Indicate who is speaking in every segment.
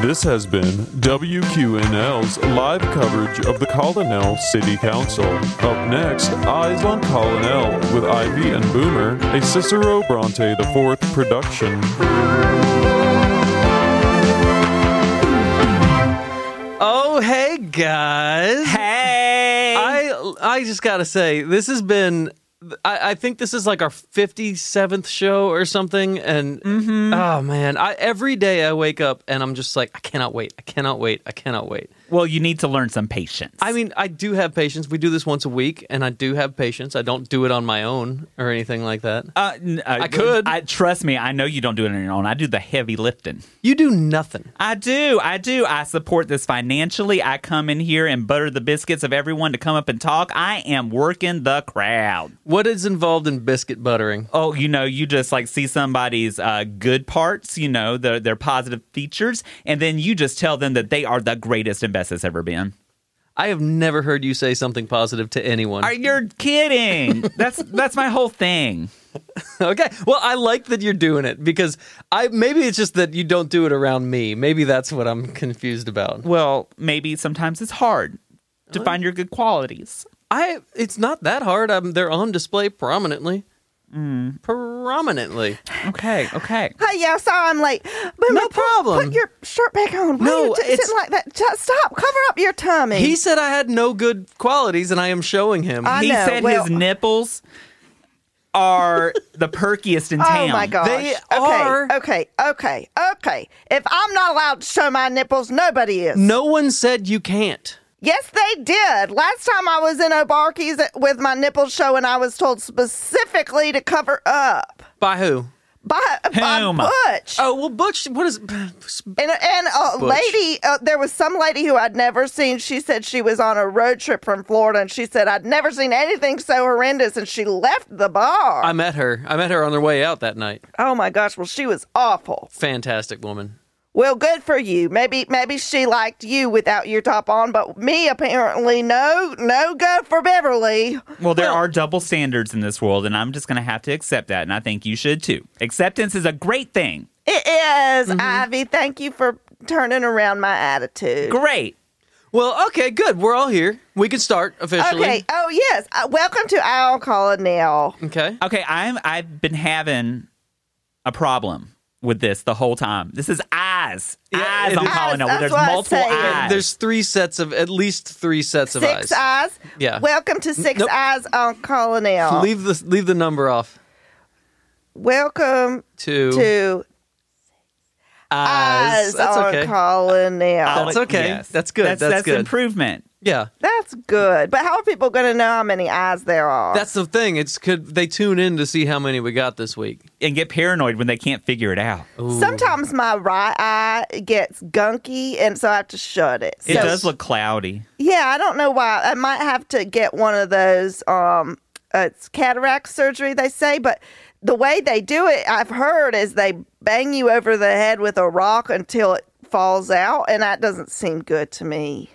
Speaker 1: This has been WQNL's live coverage of the Colonel City Council. Up next, Eyes on Colonel with Ivy and Boomer, a Cicero Bronte IV production.
Speaker 2: Oh, hey guys.
Speaker 3: Hey.
Speaker 2: I I just gotta say, this has been. I, I think this is like our fifty seventh show or something, and
Speaker 3: Mm-hmm.
Speaker 2: oh man, I every day I wake up and I'm just like, I cannot wait, I cannot wait, I cannot wait.
Speaker 3: well, you need to learn some patience.
Speaker 2: I mean, I do have patience. We do this once a week, and I do have patience. I don't do it on my own or anything like that.
Speaker 3: uh, n- uh,
Speaker 2: I could.
Speaker 3: I, trust me. I know you don't do it on your own. I do the heavy lifting.
Speaker 2: You do nothing.
Speaker 3: I do. I do. I support this financially. I come in here and butter the biscuits of everyone to come up and talk. I am working the crowd.
Speaker 2: What is involved in biscuit buttering?
Speaker 3: Oh, you know, you just like see somebody's uh, good parts, you know, their their positive features, and then you just tell them that they are the greatest and best that's ever been.
Speaker 2: I have never heard you say something positive to anyone.
Speaker 3: Are you're kidding? that's that's my whole thing.
Speaker 2: Okay. Well, I like that you're doing it because I maybe it's just that you don't do it around me. Maybe that's what I'm confused about.
Speaker 3: Well, maybe sometimes it's hard to find your good qualities.
Speaker 2: I it's not that hard. I'm, they're on display prominently.
Speaker 4: Mm.
Speaker 2: Prominently.
Speaker 3: Okay, okay.
Speaker 4: Hi, yeah, sorry I'm late. But
Speaker 2: No problem.
Speaker 4: Put your shirt back on. Why
Speaker 2: No,
Speaker 4: are you t-
Speaker 2: it's-
Speaker 4: sitting like that? Just stop. Cover up your tummy.
Speaker 2: He said I had no good qualities and I am showing him.
Speaker 4: I
Speaker 3: he
Speaker 4: know,
Speaker 3: said
Speaker 4: well-
Speaker 3: his nipples are the perkiest in
Speaker 4: Oh
Speaker 3: town.
Speaker 4: my gosh.
Speaker 2: They
Speaker 4: okay,
Speaker 2: are-
Speaker 4: okay, okay, okay. If I'm not allowed to show my nipples, nobody is.
Speaker 2: no one said you can't.
Speaker 4: Yes, they did. Last time I was in O'Barkey's with my nipples showing, I was told specifically to cover up
Speaker 2: By who?
Speaker 4: by, by
Speaker 3: Whom?
Speaker 4: Butch.
Speaker 2: Oh, well Butch, what is
Speaker 4: And, and a
Speaker 2: Butch.
Speaker 4: lady, uh, there was some lady who I'd never seen. She said she was on a road trip from Florida, and she said I'd never seen anything so horrendous, and she left the bar.
Speaker 2: I met her. I met her on her way out that night.
Speaker 4: oh my gosh! Well, she was awful.
Speaker 2: Fantastic woman.
Speaker 4: Well, good for you. Maybe maybe she liked you without your top on, but me apparently no no good for Beverly.
Speaker 3: Well, there are double standards in this world, and I'm just going to have to accept that, and I think you should too. Acceptance is a great thing.
Speaker 4: It is, Ivy. Thank you for turning around my attitude.
Speaker 3: Great.
Speaker 2: Well, okay, good. We're all here. We can start officially.
Speaker 4: Okay. Oh yes. Uh, welcome to Owl Call now.
Speaker 2: Okay.
Speaker 3: Okay, I'm I've been having a problem with this the whole time. This is eyes. eyes
Speaker 2: it
Speaker 3: I'm
Speaker 2: is.
Speaker 3: calling it.
Speaker 4: Eyes,
Speaker 3: There's
Speaker 4: that's what I
Speaker 3: multiple
Speaker 4: say.
Speaker 3: eyes.
Speaker 2: There's three sets of at least three sets of eyes.
Speaker 4: Six Eyes.
Speaker 2: Yeah.
Speaker 4: Welcome to Six
Speaker 2: nope.
Speaker 4: Eyes on Colonel.
Speaker 2: Leave the leave the number off.
Speaker 4: Welcome
Speaker 2: Two.
Speaker 4: to Eyes
Speaker 2: That's
Speaker 4: on
Speaker 2: okay.
Speaker 4: Colonel.
Speaker 2: That's okay. That's good.
Speaker 3: That's,
Speaker 2: That's good.
Speaker 3: improvement.
Speaker 2: Yeah,
Speaker 4: That's good. But how are people going to know how many eyes there are?
Speaker 2: that's the thing. It's could they tune in to see how many we got this week?
Speaker 3: And get paranoid when they can't figure it out.
Speaker 4: Sometimes my right eye gets gunky, and so I have to shut it.
Speaker 3: It
Speaker 4: So-
Speaker 3: does look cloudy.
Speaker 4: Yeah, I don't know why. I might have to get one of those. Um, uh, it's cataract surgery, they say, but the way they do it, I've heard, is they bang you over the head with a rock until it falls out, and that doesn't seem good to me.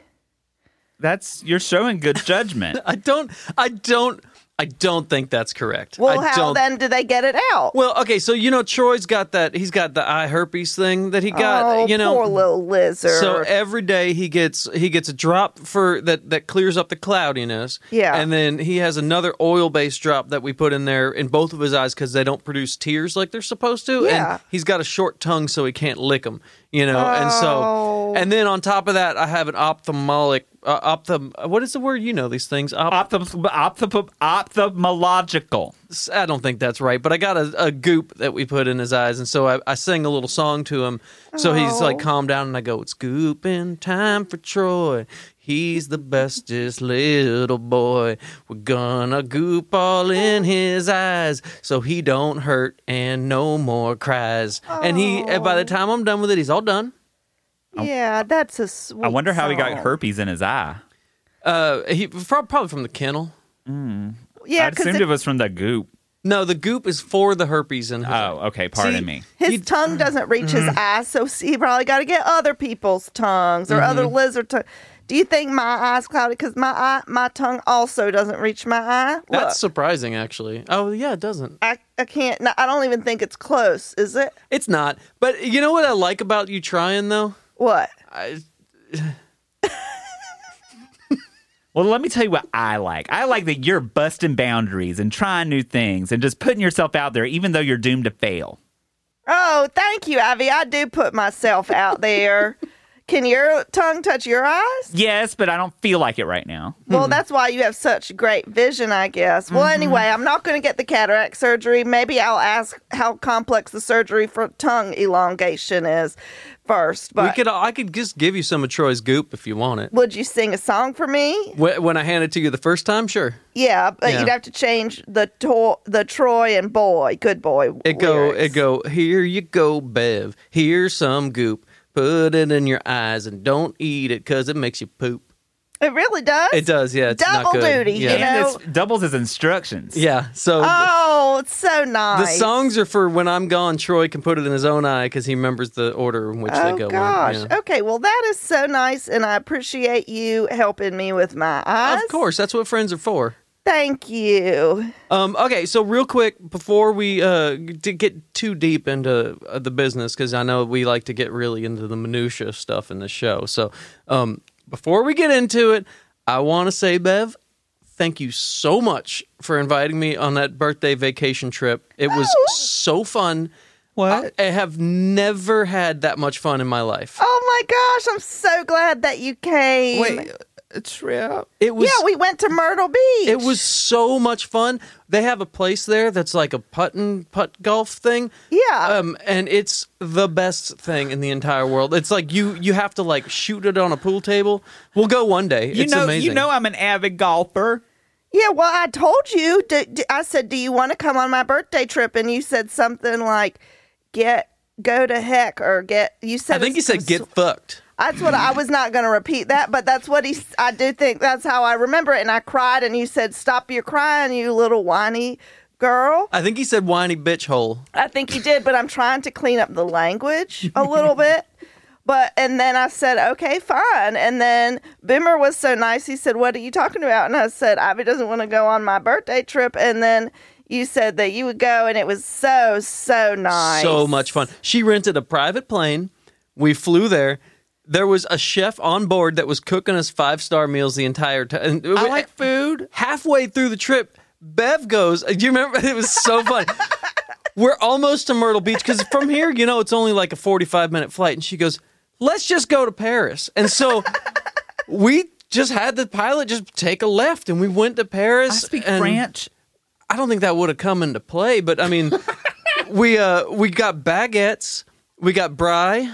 Speaker 3: That's you're showing good judgment.
Speaker 2: I don't. I don't. I don't think that's correct.
Speaker 4: Well,
Speaker 2: I
Speaker 4: how
Speaker 2: don't,
Speaker 4: then do they get it out?
Speaker 2: Well, okay. So you know, Troy's got that. He's got the eye herpes thing that he got.
Speaker 4: oh,
Speaker 2: you know,
Speaker 4: poor little lizard.
Speaker 2: So eh, every day he gets he gets a drop for that that clears up the cloudiness.
Speaker 4: Yeah.
Speaker 2: And then he has another oil based drop that we put in there in both of his eyes because they don't produce tears like they're supposed to.
Speaker 4: Yeah.
Speaker 2: And he's got a short tongue so he can't lick them. You know. And so
Speaker 4: Oh.
Speaker 2: and then on top of that I have an ophthalmic uh, opthm what is the word you know these things Op-
Speaker 3: Opthem, opthem, ophthalmological.
Speaker 2: I don't think that's right but I got a, a goop that we put in his eyes and so I, I sing a little song to him so he's like
Speaker 4: Oh.
Speaker 2: calm down and I go it's gooping time for Troy he's the bestest little boy we're gonna goop all in his eyes so he don't hurt and no more cries and he and by
Speaker 4: Oh.
Speaker 2: the time I'm done with it he's all done
Speaker 4: yeah, that's a sweet
Speaker 3: I wonder how he got
Speaker 4: song.
Speaker 3: herpes in his eye.
Speaker 2: uh he prob- probably from the kennel
Speaker 4: Yeah,
Speaker 3: I assumed
Speaker 4: because
Speaker 3: it, was from the goop.
Speaker 2: no the goop is for the herpes in his
Speaker 3: Oh, okay. Pardon
Speaker 2: See,
Speaker 3: me.
Speaker 4: his tongue doesn't reach his eyes, so he probably got to get other people's tongues or other lizard tongue. Do you think my eyes cloudy? Because my eye, my tongue also doesn't reach my eye. Look,
Speaker 2: That's surprising, actually. Oh, yeah, it doesn't.
Speaker 4: I, I can't. no, I don't even think it's close. Is it?
Speaker 2: It's not. But you know what I like about you trying, though?
Speaker 4: What?
Speaker 2: I,
Speaker 3: Well, let me tell you what I like. I like that you're busting boundaries and trying new things and just putting yourself out there, even though you're doomed to fail.
Speaker 4: Oh, thank you, Ivy. I do put myself out there. Can your tongue touch your eyes?
Speaker 3: Yes, but I don't feel like it right now.
Speaker 2: Hmm.
Speaker 4: Well, that's why you have such great vision, I guess. Well,
Speaker 2: Mm-hmm.
Speaker 4: anyway, I'm not going to get the cataract surgery. Maybe I'll ask how complex the surgery for tongue elongation is first.
Speaker 2: we
Speaker 4: But
Speaker 2: could. I could just give you some of Troy's goop if you want it.
Speaker 4: would you sing a song for me?
Speaker 2: Wh- When I hand it to you the first time, sure.
Speaker 4: Yeah, but
Speaker 2: Yeah.
Speaker 4: you'd have to change the to- the Troy and boy, good boy.
Speaker 2: It go.
Speaker 4: lyrics.
Speaker 2: It go. Here you go, Bev. Here's some goop. Put it in your eyes and don't eat it because it makes you poop.
Speaker 4: It really does.
Speaker 2: It does. Yeah. It's not
Speaker 4: Double
Speaker 2: good.
Speaker 4: duty, you
Speaker 2: Yeah.
Speaker 4: know?
Speaker 3: And this doubles as instructions.
Speaker 2: Yeah. So.
Speaker 4: Oh, it's
Speaker 2: the
Speaker 4: so nice.
Speaker 2: songs are for when I'm gone. Troy can put it in his own eye because he remembers the order in which
Speaker 4: Oh
Speaker 2: they go. in.
Speaker 4: gosh.
Speaker 2: Yeah.
Speaker 4: Okay. Well, that is so nice, and I appreciate you helping me with my eyes.
Speaker 2: Of course, that's what friends are for.
Speaker 4: Thank you.
Speaker 2: Um, okay, so real quick before we uh, to get too deep into uh, the business, because I know we like to get really into the minutia stuff in the show. So um, before we get into it, I want to say, Bev, thank you so much for inviting me on that birthday vacation trip. It was so fun.
Speaker 3: What?
Speaker 2: I, I have never had that much fun in my life.
Speaker 4: Oh my gosh, I'm so glad that you came.
Speaker 3: a trip.
Speaker 2: It was
Speaker 4: yeah, we went to Myrtle Beach.
Speaker 2: It was so much fun. They have a place there that's like a puttin' putt golf thing.
Speaker 4: Yeah.
Speaker 2: Um, and it's the best thing in the entire world. It's like you you have to like shoot it on a pool table. We'll go one day.
Speaker 3: You
Speaker 2: it's
Speaker 3: know,
Speaker 2: amazing.
Speaker 3: you know, I'm an avid golfer.
Speaker 4: Yeah, well, I told you. D- d- I said, "Do you want to come on my birthday trip?" And you said something like, "Get go to heck," or "Get." You said.
Speaker 2: I think you
Speaker 4: it's-
Speaker 2: said get fucked.
Speaker 4: That's what I was not going to repeat that, but that's what he. s- I do think that's how I remember it. And I cried, and you said, "Stop your crying, you little whiny girl."
Speaker 2: I think he said whiny bitch hole.
Speaker 4: I think you did, but I'm trying to clean up the language a little bit. But and then I said, okay, fine. And then Boomer was so nice. He said, "What are you talking about?" And I said, "Ivy doesn't want to go on my birthday trip." And then you said that you would go, and it was so so nice,
Speaker 2: So much fun. She rented a private plane. We flew there. There was a chef on board that was cooking us five star meals the entire time.
Speaker 3: I like food.
Speaker 2: halfway through the trip, Bev goes, Do you remember? It was so fun. We're almost to Myrtle Beach because from here, you know, it's only like a 45 minute flight. And she goes, Let's just go to Paris. And so we just had the pilot just take a left and we went to Paris.
Speaker 3: I speak
Speaker 2: and
Speaker 3: French.
Speaker 2: I don't think that would have come into play, but I mean, we uh we got baguettes, we got brie,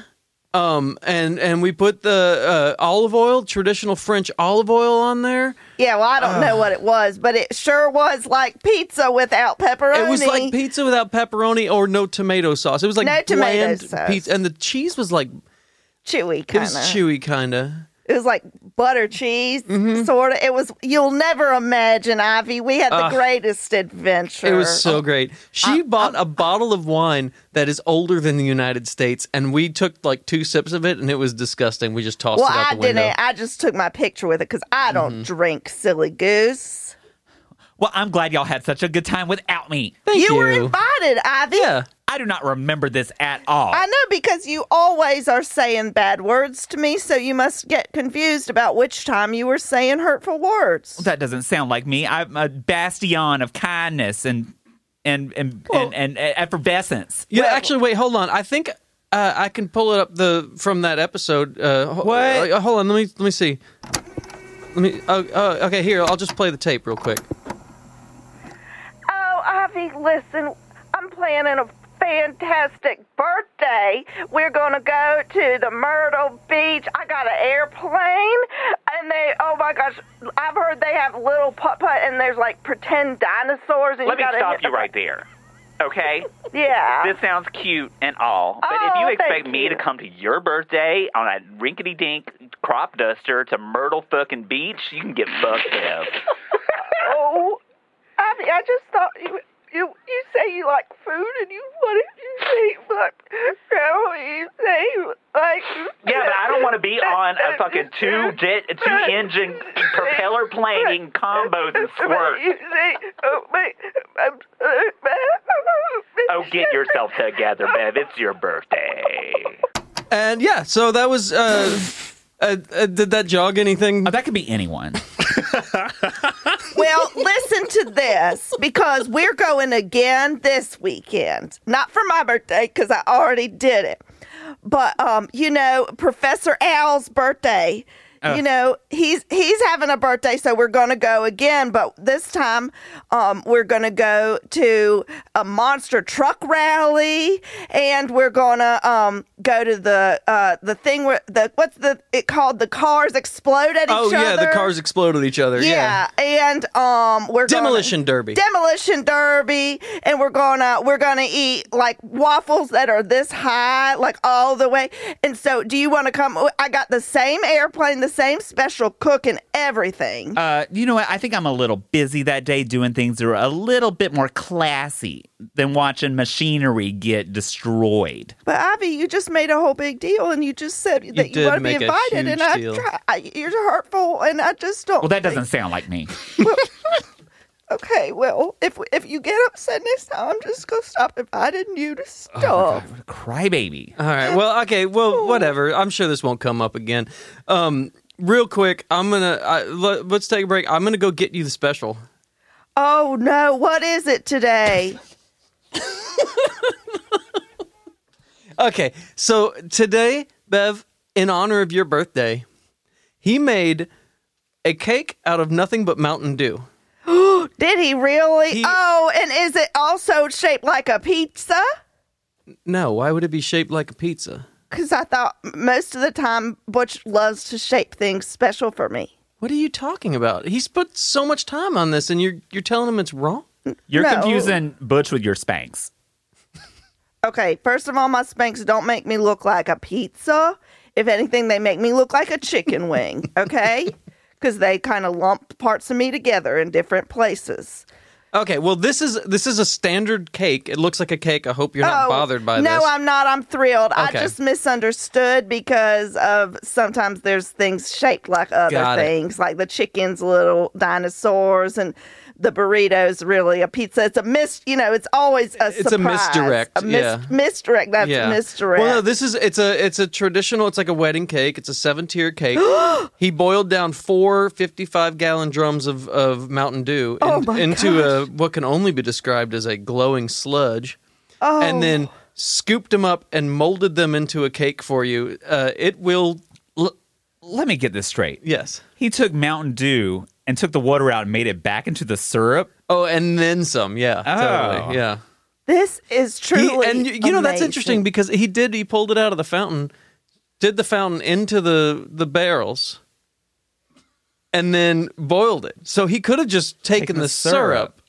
Speaker 2: um and and we put the uh, olive oil, traditional French olive oil on there.
Speaker 4: Yeah, well, I don't know what it was, but it sure was like pizza without pepperoni.
Speaker 2: It was like pizza without pepperoni or no tomato sauce. It was like
Speaker 4: No tomato
Speaker 2: bland
Speaker 4: sauce.
Speaker 2: pizza, and the cheese was like
Speaker 4: chewy
Speaker 2: it
Speaker 4: kind
Speaker 2: was
Speaker 4: of.
Speaker 2: chewy, kind of.
Speaker 4: It was like butter cheese,
Speaker 2: Mm-hmm.
Speaker 4: sort of. It was. You'll never imagine, Ivy. We had the greatest adventure.
Speaker 2: It was so great. She
Speaker 4: Uh,
Speaker 2: bought a bottle of wine that is older than the United States, and we took like two sips of it, and it was disgusting. We just tossed
Speaker 4: Well,
Speaker 2: it out
Speaker 4: I
Speaker 2: the window. Mm-hmm.
Speaker 4: didn't. I just took my picture with it because I don't drink, silly goose.
Speaker 3: Well, I'm glad y'all had such a good time without me.
Speaker 2: Thank you.
Speaker 4: were invited, Ivy.
Speaker 2: yeah.
Speaker 3: I do not remember this at all.
Speaker 4: I know because you always are saying bad words to me, so you must get confused about which time you were saying hurtful words.
Speaker 3: that doesn't sound like me. I'm a bastion of kindness and and and and, and, effervescence.
Speaker 2: Yeah, actually, wait, hold on. I think uh, I can pull it up the from that episode. Uh, ho-
Speaker 3: What?
Speaker 2: uh, hold on. Let me let me see. Let me. Oh, oh, okay, here. I'll just play the tape real quick.
Speaker 4: Oh, Ivy, listen, I'm planning a fantastic birthday. We're going to go to the Myrtle Beach. I got an airplane, and they, oh my gosh, I've heard they have little putt putt, and there's like pretend dinosaurs. And
Speaker 5: Let
Speaker 4: you
Speaker 5: me
Speaker 4: gotta
Speaker 5: stop you right there. Okay?
Speaker 4: Yeah.
Speaker 5: This sounds cute and all, but if
Speaker 4: Oh,
Speaker 5: you
Speaker 4: thank
Speaker 5: expect me to
Speaker 4: you.
Speaker 5: come to your birthday on a rinkety dink crop duster to Myrtle fucking Beach, you can get fucked up.
Speaker 4: oh, Ivy, I just thought you. You, you say you like food and you want it you say like how you say you like
Speaker 5: Yeah, but I don't want to be on a fucking two jet, two engine propeller planing combos and squirt.
Speaker 4: oh, uh,
Speaker 5: Oh, get yourself together, Bev. It's your birthday.
Speaker 2: And yeah, so that was. Uh, uh, uh, did that jog anything?
Speaker 3: Oh, that could be anyone.
Speaker 4: Well, listen to this because we're going again this weekend. Not for my birthday because I already did it. But um, you know, Professor Al's birthday. You know, he's he's having a birthday, so we're gonna go again. But this time, um, we're gonna go to a monster truck rally, and we're gonna um go to the uh the thing where the what's the it called the cars explode at
Speaker 2: oh
Speaker 4: each other.
Speaker 2: yeah, the cars explode at each other.
Speaker 4: Yeah, and um, we're gonna-
Speaker 2: Demolition derby.
Speaker 4: demolition derby, and we're gonna we're gonna eat like waffles that are this high, like all the way. And so, do you want to come? Oh, I got the same airplane, the same special cook, and everything.
Speaker 3: Uh, you know what? I think I'm a little busy that day doing things that are a little bit more classy than watching machinery get destroyed.
Speaker 4: but Ivy, you just made a whole big deal, and you just said that you
Speaker 2: did
Speaker 4: want to be
Speaker 2: make a
Speaker 4: invited, and
Speaker 2: huge
Speaker 4: I,
Speaker 2: deal.
Speaker 4: try, I you're hurtful, and I just don't.
Speaker 3: Well, that doesn't sound like me.
Speaker 4: Okay, well, if if you get upset next time, I'm just gonna stop inviting you
Speaker 3: Oh,
Speaker 4: to stuff.
Speaker 3: Crybaby.
Speaker 2: All right. Well, okay. Well, whatever. I'm sure this won't come up again. Um, real quick, I'm gonna I, let, let's take a break. I'm gonna go get you the special.
Speaker 4: Oh no, what is it today?
Speaker 2: Okay. So today, Bev, in honor of your birthday, he made a cake out of nothing but Mountain Dew.
Speaker 4: Did he really?
Speaker 2: He-
Speaker 4: oh, and is it also shaped like a pizza?
Speaker 2: No, why would it be shaped like a pizza?
Speaker 4: Because I thought most of the time Butch loves to shape things special for me.
Speaker 2: What are you talking about? He's put so much time on this, and you're you're telling him it's wrong.
Speaker 3: You're
Speaker 4: No.
Speaker 3: confusing Butch with your Spanx.
Speaker 4: Okay, first of all, my Spanx don't make me look like a pizza. If anything, they make me look like a chicken wing, okay? Because they kind of lump parts of me together in different places.
Speaker 2: Okay. Well, this is this is a standard cake. It looks like a cake. I hope you're not bothered by
Speaker 4: Oh, no,
Speaker 2: this.
Speaker 4: I'm not. I'm thrilled. I
Speaker 2: Okay.
Speaker 4: just misunderstood because of sometimes there's things shaped like other
Speaker 2: Got it.
Speaker 4: things, like the chickens, little dinosaurs, and the burritos. Really, a pizza. It's a mis. You know, it's always a
Speaker 2: It's a
Speaker 4: surprise.
Speaker 2: misdirect,
Speaker 4: A mis-
Speaker 2: yeah.
Speaker 4: misdirect. That's a misdirect.
Speaker 2: Well, no, this is it's a it's a traditional. It's like a wedding cake. It's a seven tier cake. he boiled down four 55 gallon drums of of Mountain Dew
Speaker 4: Oh
Speaker 2: in-
Speaker 4: my
Speaker 2: into a what can only be described as a glowing sludge, oh. and then scooped them up and molded them into a cake for you. Uh, it will. L-
Speaker 3: Let me get this straight.
Speaker 2: yes.
Speaker 3: He took Mountain Dew and took the water out and made it back into the syrup.
Speaker 2: Oh, and then some. Yeah.
Speaker 3: Oh.
Speaker 2: Totally. Yeah.
Speaker 4: this is
Speaker 2: He-
Speaker 4: truly.
Speaker 2: and you, you know that's
Speaker 4: amazing.
Speaker 2: interesting because he did he pulled it out of the fountain did the fountain into the the barrels and then boiled it so he could have just taken
Speaker 3: Taken
Speaker 2: the,
Speaker 3: the
Speaker 2: syrup.
Speaker 3: syrup.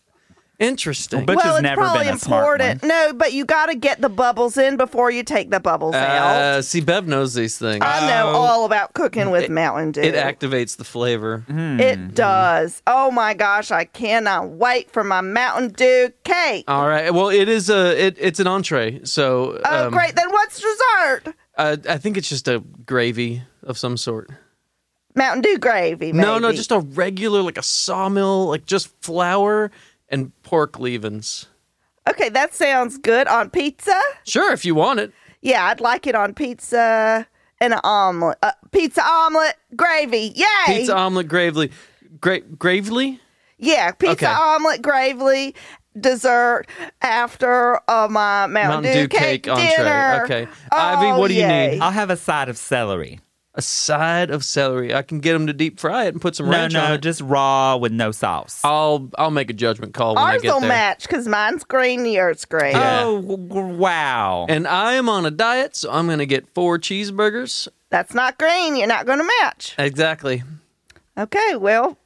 Speaker 2: interesting
Speaker 3: But- Butch
Speaker 4: well,
Speaker 3: has
Speaker 4: it's
Speaker 3: never
Speaker 4: probably
Speaker 3: been a smart
Speaker 4: important. No, but you got to get the bubbles in before you take the bubbles out.
Speaker 2: uh, see bev knows these things
Speaker 4: I know all about cooking with Mountain Dew.
Speaker 2: it activates the flavor Mm-hmm.
Speaker 4: It does. Oh my gosh, I cannot wait for my Mountain Dew cake.
Speaker 2: all right well it is a it, it's an entree so
Speaker 4: oh,
Speaker 2: um,
Speaker 4: great. Then what's dessert?
Speaker 2: I, I think it's just a gravy of some sort
Speaker 4: Mountain Dew gravy.
Speaker 2: no no
Speaker 4: maybe.
Speaker 2: just a regular like a sawmill like just flour and pork leavings
Speaker 4: Okay, that sounds good on pizza.
Speaker 2: sure if you want it
Speaker 4: Yeah, I'd like it on pizza and an omelet. Uh, pizza omelet gravy. Yay!
Speaker 2: Pizza omelet gravely. Gra- gravely?
Speaker 4: yeah,
Speaker 2: Okay.
Speaker 4: pizza omelet gravy. Dessert after uh, my Mountain,
Speaker 2: Mountain Dew cake entree.
Speaker 4: dinner.
Speaker 2: Okay. Ivy,
Speaker 4: Oh,
Speaker 2: what do you
Speaker 4: yay.
Speaker 2: need?
Speaker 3: I'll have a side of celery.
Speaker 2: A side of celery. I can get them to deep fry it and put some
Speaker 3: No,
Speaker 2: ranch on
Speaker 3: no,
Speaker 2: it.
Speaker 3: just raw with no sauce.
Speaker 2: I'll I'll make a judgment call when
Speaker 4: Ours
Speaker 2: I get
Speaker 4: will
Speaker 2: there.
Speaker 4: match because mine's green, yours green.
Speaker 2: Yeah.
Speaker 3: Oh, w- w- wow.
Speaker 2: And I am on a diet, so I'm going to get four cheeseburgers.
Speaker 4: That's not green. You're not going to match.
Speaker 2: Exactly.
Speaker 4: Okay, well,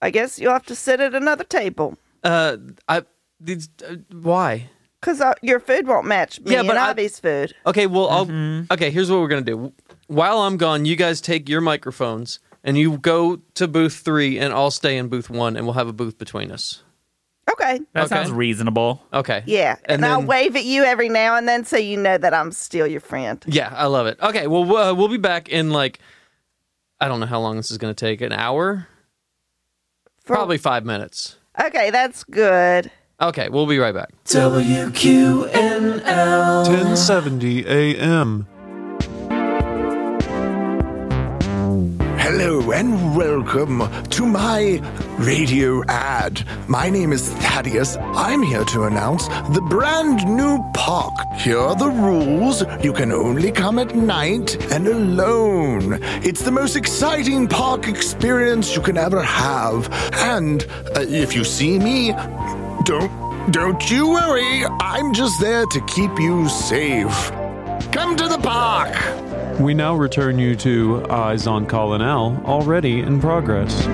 Speaker 4: I guess you'll have to sit at another table
Speaker 2: Uh, I. These, uh, why?
Speaker 4: because uh, your food won't match me
Speaker 2: Yeah, but
Speaker 4: and
Speaker 2: I-
Speaker 4: Ivy's food.
Speaker 2: Okay, well, I'll.
Speaker 3: Mm-hmm.
Speaker 2: Okay, here's what we're gonna do. While I'm gone, you guys take your microphones and you go to booth three, and I'll stay in booth one, and we'll have a booth between us.
Speaker 4: Okay.
Speaker 3: that
Speaker 2: okay.
Speaker 3: sounds reasonable.
Speaker 2: Okay.
Speaker 4: Yeah,
Speaker 2: And
Speaker 4: and, I'll
Speaker 2: then-
Speaker 4: wave at you every now and then so you know that I'm still your friend.
Speaker 2: Yeah, I love it. Okay, well, we'll- uh, we'll be back in like, I don't know how long this is going to take. An hour?
Speaker 4: For-
Speaker 2: Probably five minutes.
Speaker 4: Okay, that's good.
Speaker 2: Okay, we'll be right back.
Speaker 1: 1070 AM.
Speaker 6: Hello and welcome to my radio ad. My name is Thaddeus. I'm here to announce the brand new park. Here are the rules. You can only come at night and alone. It's the most exciting park experience you can ever have. And uh, if you see me, don't don't you worry. I'm just there to keep you safe. Come to the park.
Speaker 1: We now return you to Eyes on Colonel, already in progress.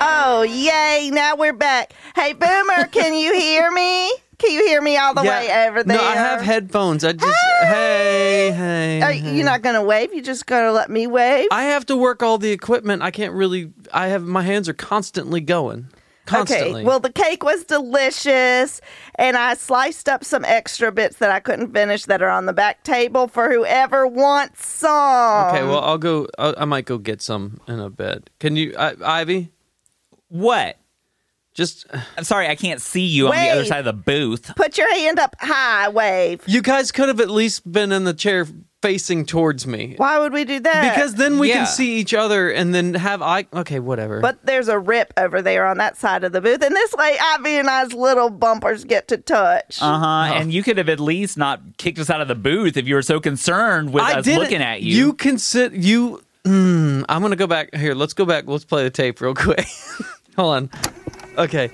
Speaker 4: Oh, yay. Now we're back. Hey, Boomer, can you hear me? Can you hear me all the way over there?
Speaker 2: No, I have headphones. I just hey hey.
Speaker 4: uh, Are,
Speaker 2: hey.
Speaker 4: you're not going to wave? You're just going to let me wave?
Speaker 2: I have to work all the equipment. I can't really. I have my hands are constantly going. Constantly.
Speaker 4: Okay. Well, the cake was delicious, and I sliced up some extra bits that I couldn't finish that are on the back table for whoever wants some.
Speaker 2: Okay. Well, I'll go. I, I might go get some in a bit. Can you, I, Ivy?
Speaker 3: What?
Speaker 2: Just
Speaker 3: I'm sorry, I can't see you on the other
Speaker 4: Wait.
Speaker 3: side of the booth.
Speaker 4: Put your hand up high, wave.
Speaker 2: you guys could have at least been in the chair facing towards me
Speaker 4: Why would we do that?
Speaker 2: because then we
Speaker 3: Yeah.
Speaker 2: can see each other and then have I. Okay. Whatever.
Speaker 4: But there's a rip over there on that side of the booth, and this way, Ivy and I's little bumpers get to touch.
Speaker 3: Uh huh. And you could have at least not kicked us out of the booth if you were so concerned with us
Speaker 2: didn't-
Speaker 3: looking at you.
Speaker 2: You consider you. Mm, I'm gonna go back here. Let's go back. Let's play the tape real quick. Hold on. Okay.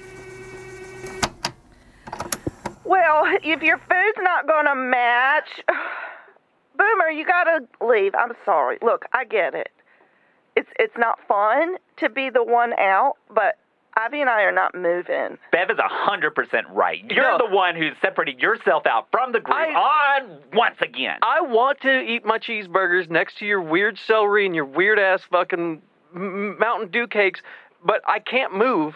Speaker 4: Well, if your food's not going to match, Boomer, you got to leave. I'm sorry. Look, I get it. It's it's not fun to be the one out, but Ivy and I are not moving.
Speaker 5: Bev is 100% right. You're
Speaker 2: No.
Speaker 5: the one who's separating yourself out from the group
Speaker 2: I-
Speaker 5: on once again.
Speaker 2: I want to eat my cheeseburgers next to your weird celery and your weird ass fucking m- Mountain Dew cakes, but I can't move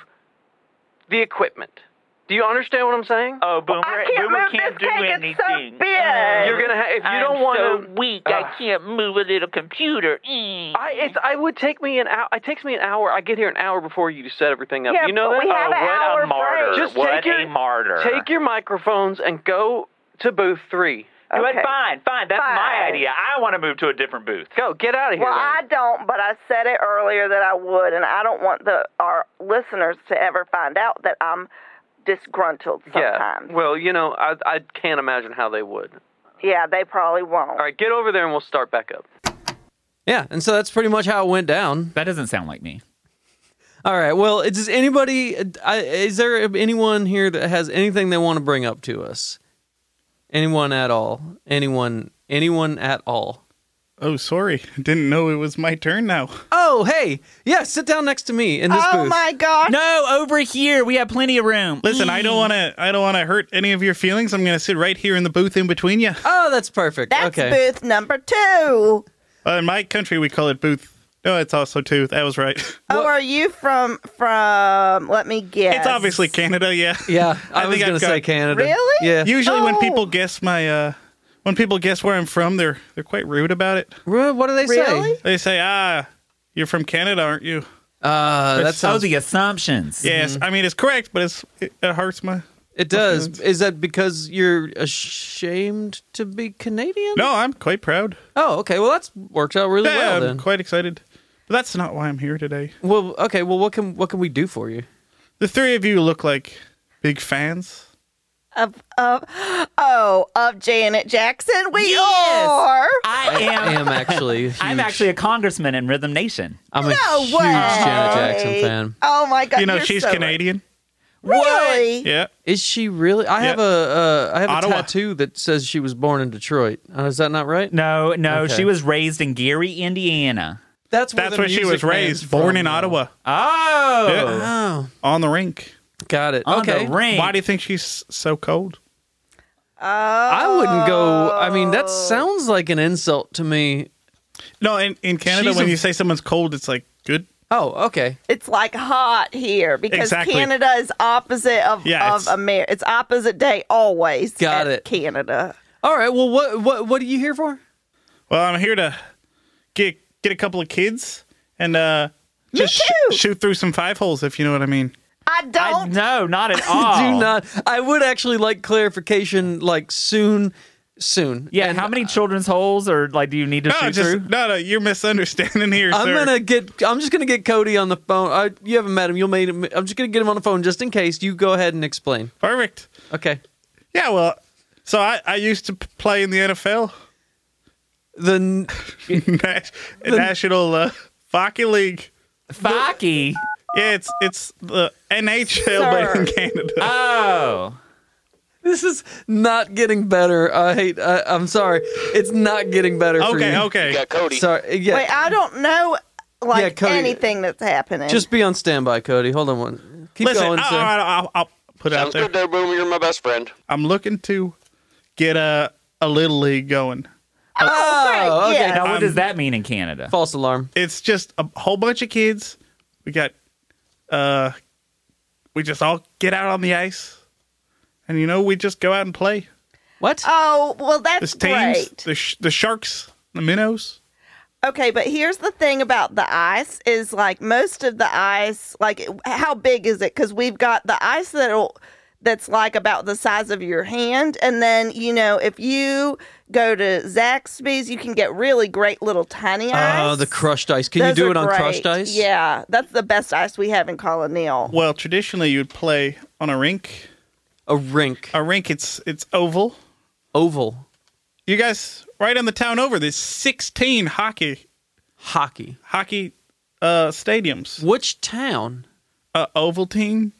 Speaker 2: the equipment. Do you understand what I'm saying?
Speaker 5: oh, Boomer,
Speaker 4: I can't
Speaker 5: Boomer
Speaker 4: move
Speaker 5: can't
Speaker 4: this
Speaker 5: do
Speaker 4: cake.
Speaker 5: anything.
Speaker 4: It's so big.
Speaker 2: You're gonna have if you
Speaker 5: I'm
Speaker 2: don't want
Speaker 5: so
Speaker 2: to.
Speaker 5: weak.
Speaker 2: Ugh.
Speaker 5: I can't move a little computer. Mm.
Speaker 2: I it's I would take me an hour. It takes me an hour. I get here an hour before you to set everything up.
Speaker 4: Yeah,
Speaker 2: you know
Speaker 4: but
Speaker 2: that.
Speaker 4: we have
Speaker 5: oh,
Speaker 4: an
Speaker 5: what
Speaker 4: hour
Speaker 5: a martyr!
Speaker 4: break.
Speaker 2: Just
Speaker 5: what
Speaker 2: take your-
Speaker 5: a martyr!
Speaker 2: Take your microphones and go to booth three.
Speaker 5: But
Speaker 4: Okay.
Speaker 5: fine, fine. That's my
Speaker 4: Fine.
Speaker 5: idea. I want to move to a different booth.
Speaker 2: Go, get out of here.
Speaker 4: Well, I
Speaker 2: then.
Speaker 4: don't, but I said it earlier that I would, and I don't want the our listeners to ever find out that I'm disgruntled
Speaker 2: yeah.
Speaker 4: sometimes.
Speaker 2: Well, you know, I I can't imagine how they would.
Speaker 4: Yeah, they probably won't.
Speaker 2: All right, get over there and we'll start back up. Yeah, and so that's pretty much how it went down.
Speaker 3: that doesn't sound like me.
Speaker 2: All right. Well, does anybody? I, is there anyone here that has anything they want to bring up to us? Anyone at all? Anyone? Anyone at all?
Speaker 7: Oh, sorry. Didn't know it was my turn now.
Speaker 2: Oh, hey, yeah, sit down next to me in this
Speaker 4: Oh
Speaker 2: booth.
Speaker 4: my gosh.
Speaker 3: No, over here. We have plenty of room.
Speaker 7: Listen, I don't want to I don't want to hurt any of your feelings. I'm going to sit right here in the booth in between you.
Speaker 2: Oh, that's perfect.
Speaker 4: That's
Speaker 2: okay.
Speaker 4: booth number two.
Speaker 7: Uh, in my country we call it booth. No, it's also two. That was right.
Speaker 4: Oh, are you from from? Let me guess.
Speaker 7: It's obviously Canada, yeah.
Speaker 2: Yeah, I,
Speaker 7: I
Speaker 2: was
Speaker 7: think I've
Speaker 2: gonna say
Speaker 7: got-
Speaker 2: Canada.
Speaker 4: Really?
Speaker 2: Yeah.
Speaker 7: Usually when
Speaker 4: Oh.
Speaker 7: people guess my uh when people guess where I'm from, they're they're quite rude about it.
Speaker 2: Well, what do they
Speaker 4: Really?
Speaker 2: say?
Speaker 7: They say, "Ah, you're from Canada, aren't you?"
Speaker 2: Uh, that
Speaker 3: so
Speaker 2: sounds.
Speaker 3: Oh, the assumptions.
Speaker 7: Yes. I mean, it's correct, but it's it, it hurts my
Speaker 2: It does. Is that because you're ashamed to be Canadian?
Speaker 7: No, I'm quite proud.
Speaker 2: Oh, okay. Well, that's worked out really
Speaker 7: Yeah,
Speaker 2: well
Speaker 7: I'm
Speaker 2: then.
Speaker 7: quite excited. But that's not why I'm here today.
Speaker 2: well, okay. Well, what can what can we do for you?
Speaker 7: The three of you look like big fans.
Speaker 4: of of oh of Janet Jackson. We
Speaker 3: Yes.
Speaker 4: are.
Speaker 3: I
Speaker 2: I
Speaker 3: am.
Speaker 2: am actually. a Huge,
Speaker 3: I'm actually a congressman in Rhythm Nation.
Speaker 2: I'm a
Speaker 4: No
Speaker 2: huge
Speaker 4: way.
Speaker 2: Janet Jackson fan.
Speaker 4: Oh my god.
Speaker 7: You know,
Speaker 4: you're
Speaker 7: she's
Speaker 4: so
Speaker 7: Canadian.
Speaker 4: Right. Really?
Speaker 7: Yeah.
Speaker 2: Is she really? I have a uh, I have
Speaker 7: Ottawa.
Speaker 2: a tattoo that says she was born in Detroit. Uh, is that not right?
Speaker 3: No, no,
Speaker 2: Okay.
Speaker 3: she was raised in Gary, Indiana.
Speaker 2: That's where
Speaker 7: That's
Speaker 2: the
Speaker 7: where she
Speaker 2: music
Speaker 7: was raised,
Speaker 2: man's
Speaker 7: born
Speaker 2: from,
Speaker 7: in
Speaker 2: though.
Speaker 7: Ottawa,
Speaker 3: Oh,
Speaker 7: Yeah.
Speaker 2: Oh,
Speaker 7: on the rink.
Speaker 2: got it.
Speaker 3: on
Speaker 2: okay.
Speaker 3: the ring.
Speaker 7: Why do you think she's so cold?
Speaker 4: Oh,
Speaker 2: I wouldn't go. I mean, that sounds like an insult to me.
Speaker 7: No, in, in Canada,
Speaker 2: She's
Speaker 7: when
Speaker 2: a-
Speaker 7: you say someone's cold, it's like good.
Speaker 2: Oh, okay.
Speaker 4: it's like hot here because
Speaker 7: Exactly.
Speaker 4: Canada is opposite of
Speaker 7: Yeah,
Speaker 4: of
Speaker 7: it's-
Speaker 4: America. It's opposite day always.
Speaker 2: Got
Speaker 4: at
Speaker 2: it.
Speaker 4: Canada.
Speaker 2: All right. Well, what what what are you here for?
Speaker 7: Well, I'm here to get get a couple of kids and uh, just sh-
Speaker 4: too.
Speaker 7: shoot through some five holes, if you know what I mean.
Speaker 4: I
Speaker 3: I,
Speaker 4: don't.
Speaker 3: no, not at
Speaker 7: Oh.
Speaker 3: all.
Speaker 2: Do not. I would actually like clarification, like soon, soon.
Speaker 3: Yeah,
Speaker 2: And
Speaker 3: how many children's holes or like do you need to
Speaker 7: No,
Speaker 3: shoot
Speaker 7: just,
Speaker 3: through?
Speaker 7: no, no, you're misunderstanding here,
Speaker 2: I'm
Speaker 7: sir.
Speaker 2: gonna get. I'm just gonna get Cody on the phone. I, you haven't met him. You'll meet him. I'm just gonna get him on the phone just in case. You go ahead and explain.
Speaker 7: Perfect.
Speaker 2: Okay.
Speaker 7: Yeah, well, so I, I used to p- play in the NFL,
Speaker 2: Then
Speaker 7: Nas- National uh, Hockey League.
Speaker 3: Faki.
Speaker 7: Yeah, it's it's the NHL,
Speaker 4: Sir.
Speaker 7: but in Canada.
Speaker 8: Ah,
Speaker 3: Oh.
Speaker 2: this is not getting better. I hate. I, I'm sorry. It's not getting better. for
Speaker 7: okay,
Speaker 2: you.
Speaker 7: okay.
Speaker 8: got Cody.
Speaker 2: Sorry. Yeah.
Speaker 4: Wait, I don't know
Speaker 2: Yeah,
Speaker 4: like
Speaker 2: Cody-
Speaker 4: anything that's happening.
Speaker 2: just be on standby, Cody. Hold on one. Keep
Speaker 7: Listen, uh,
Speaker 2: going,
Speaker 7: I,
Speaker 2: sir.
Speaker 7: all right, I'll, I'll put it out
Speaker 8: Sounds
Speaker 7: there.
Speaker 8: good there, Boomer. You're my best friend.
Speaker 7: I'm looking to get a a little league going.
Speaker 4: oh,
Speaker 2: okay.
Speaker 4: okay.
Speaker 3: Now
Speaker 4: Yeah.
Speaker 3: what does that mean in Canada?
Speaker 2: False alarm.
Speaker 7: It's just a whole bunch of kids. We got uh we just all get out on the ice. And you know, we just go out and play.
Speaker 2: What?
Speaker 4: Oh well,
Speaker 7: There's
Speaker 4: that's
Speaker 7: teams,
Speaker 4: great.
Speaker 7: the, sh- the sharks, the minnows.
Speaker 4: Okay, but here's the thing about the ice is like most of the ice, like how big is it? Because we've got the ice that'll that's like about the size of your hand, and then you know if you go to Zaxby's, you can get really great little tiny ice.
Speaker 2: Oh, the crushed ice. Can
Speaker 4: Those
Speaker 2: you do
Speaker 4: are
Speaker 2: it on crushed
Speaker 4: great.
Speaker 2: ice?
Speaker 4: Yeah, that's the best ice we have in Colonial.
Speaker 7: Well, traditionally you'd play on a rink.
Speaker 2: A rink,
Speaker 7: A rink it's it's oval.
Speaker 2: oval,
Speaker 7: You guys right on the town over, there's 16 hockey
Speaker 2: hockey.
Speaker 7: hockey uh stadiums.
Speaker 2: Which town?
Speaker 7: Uh, oval team.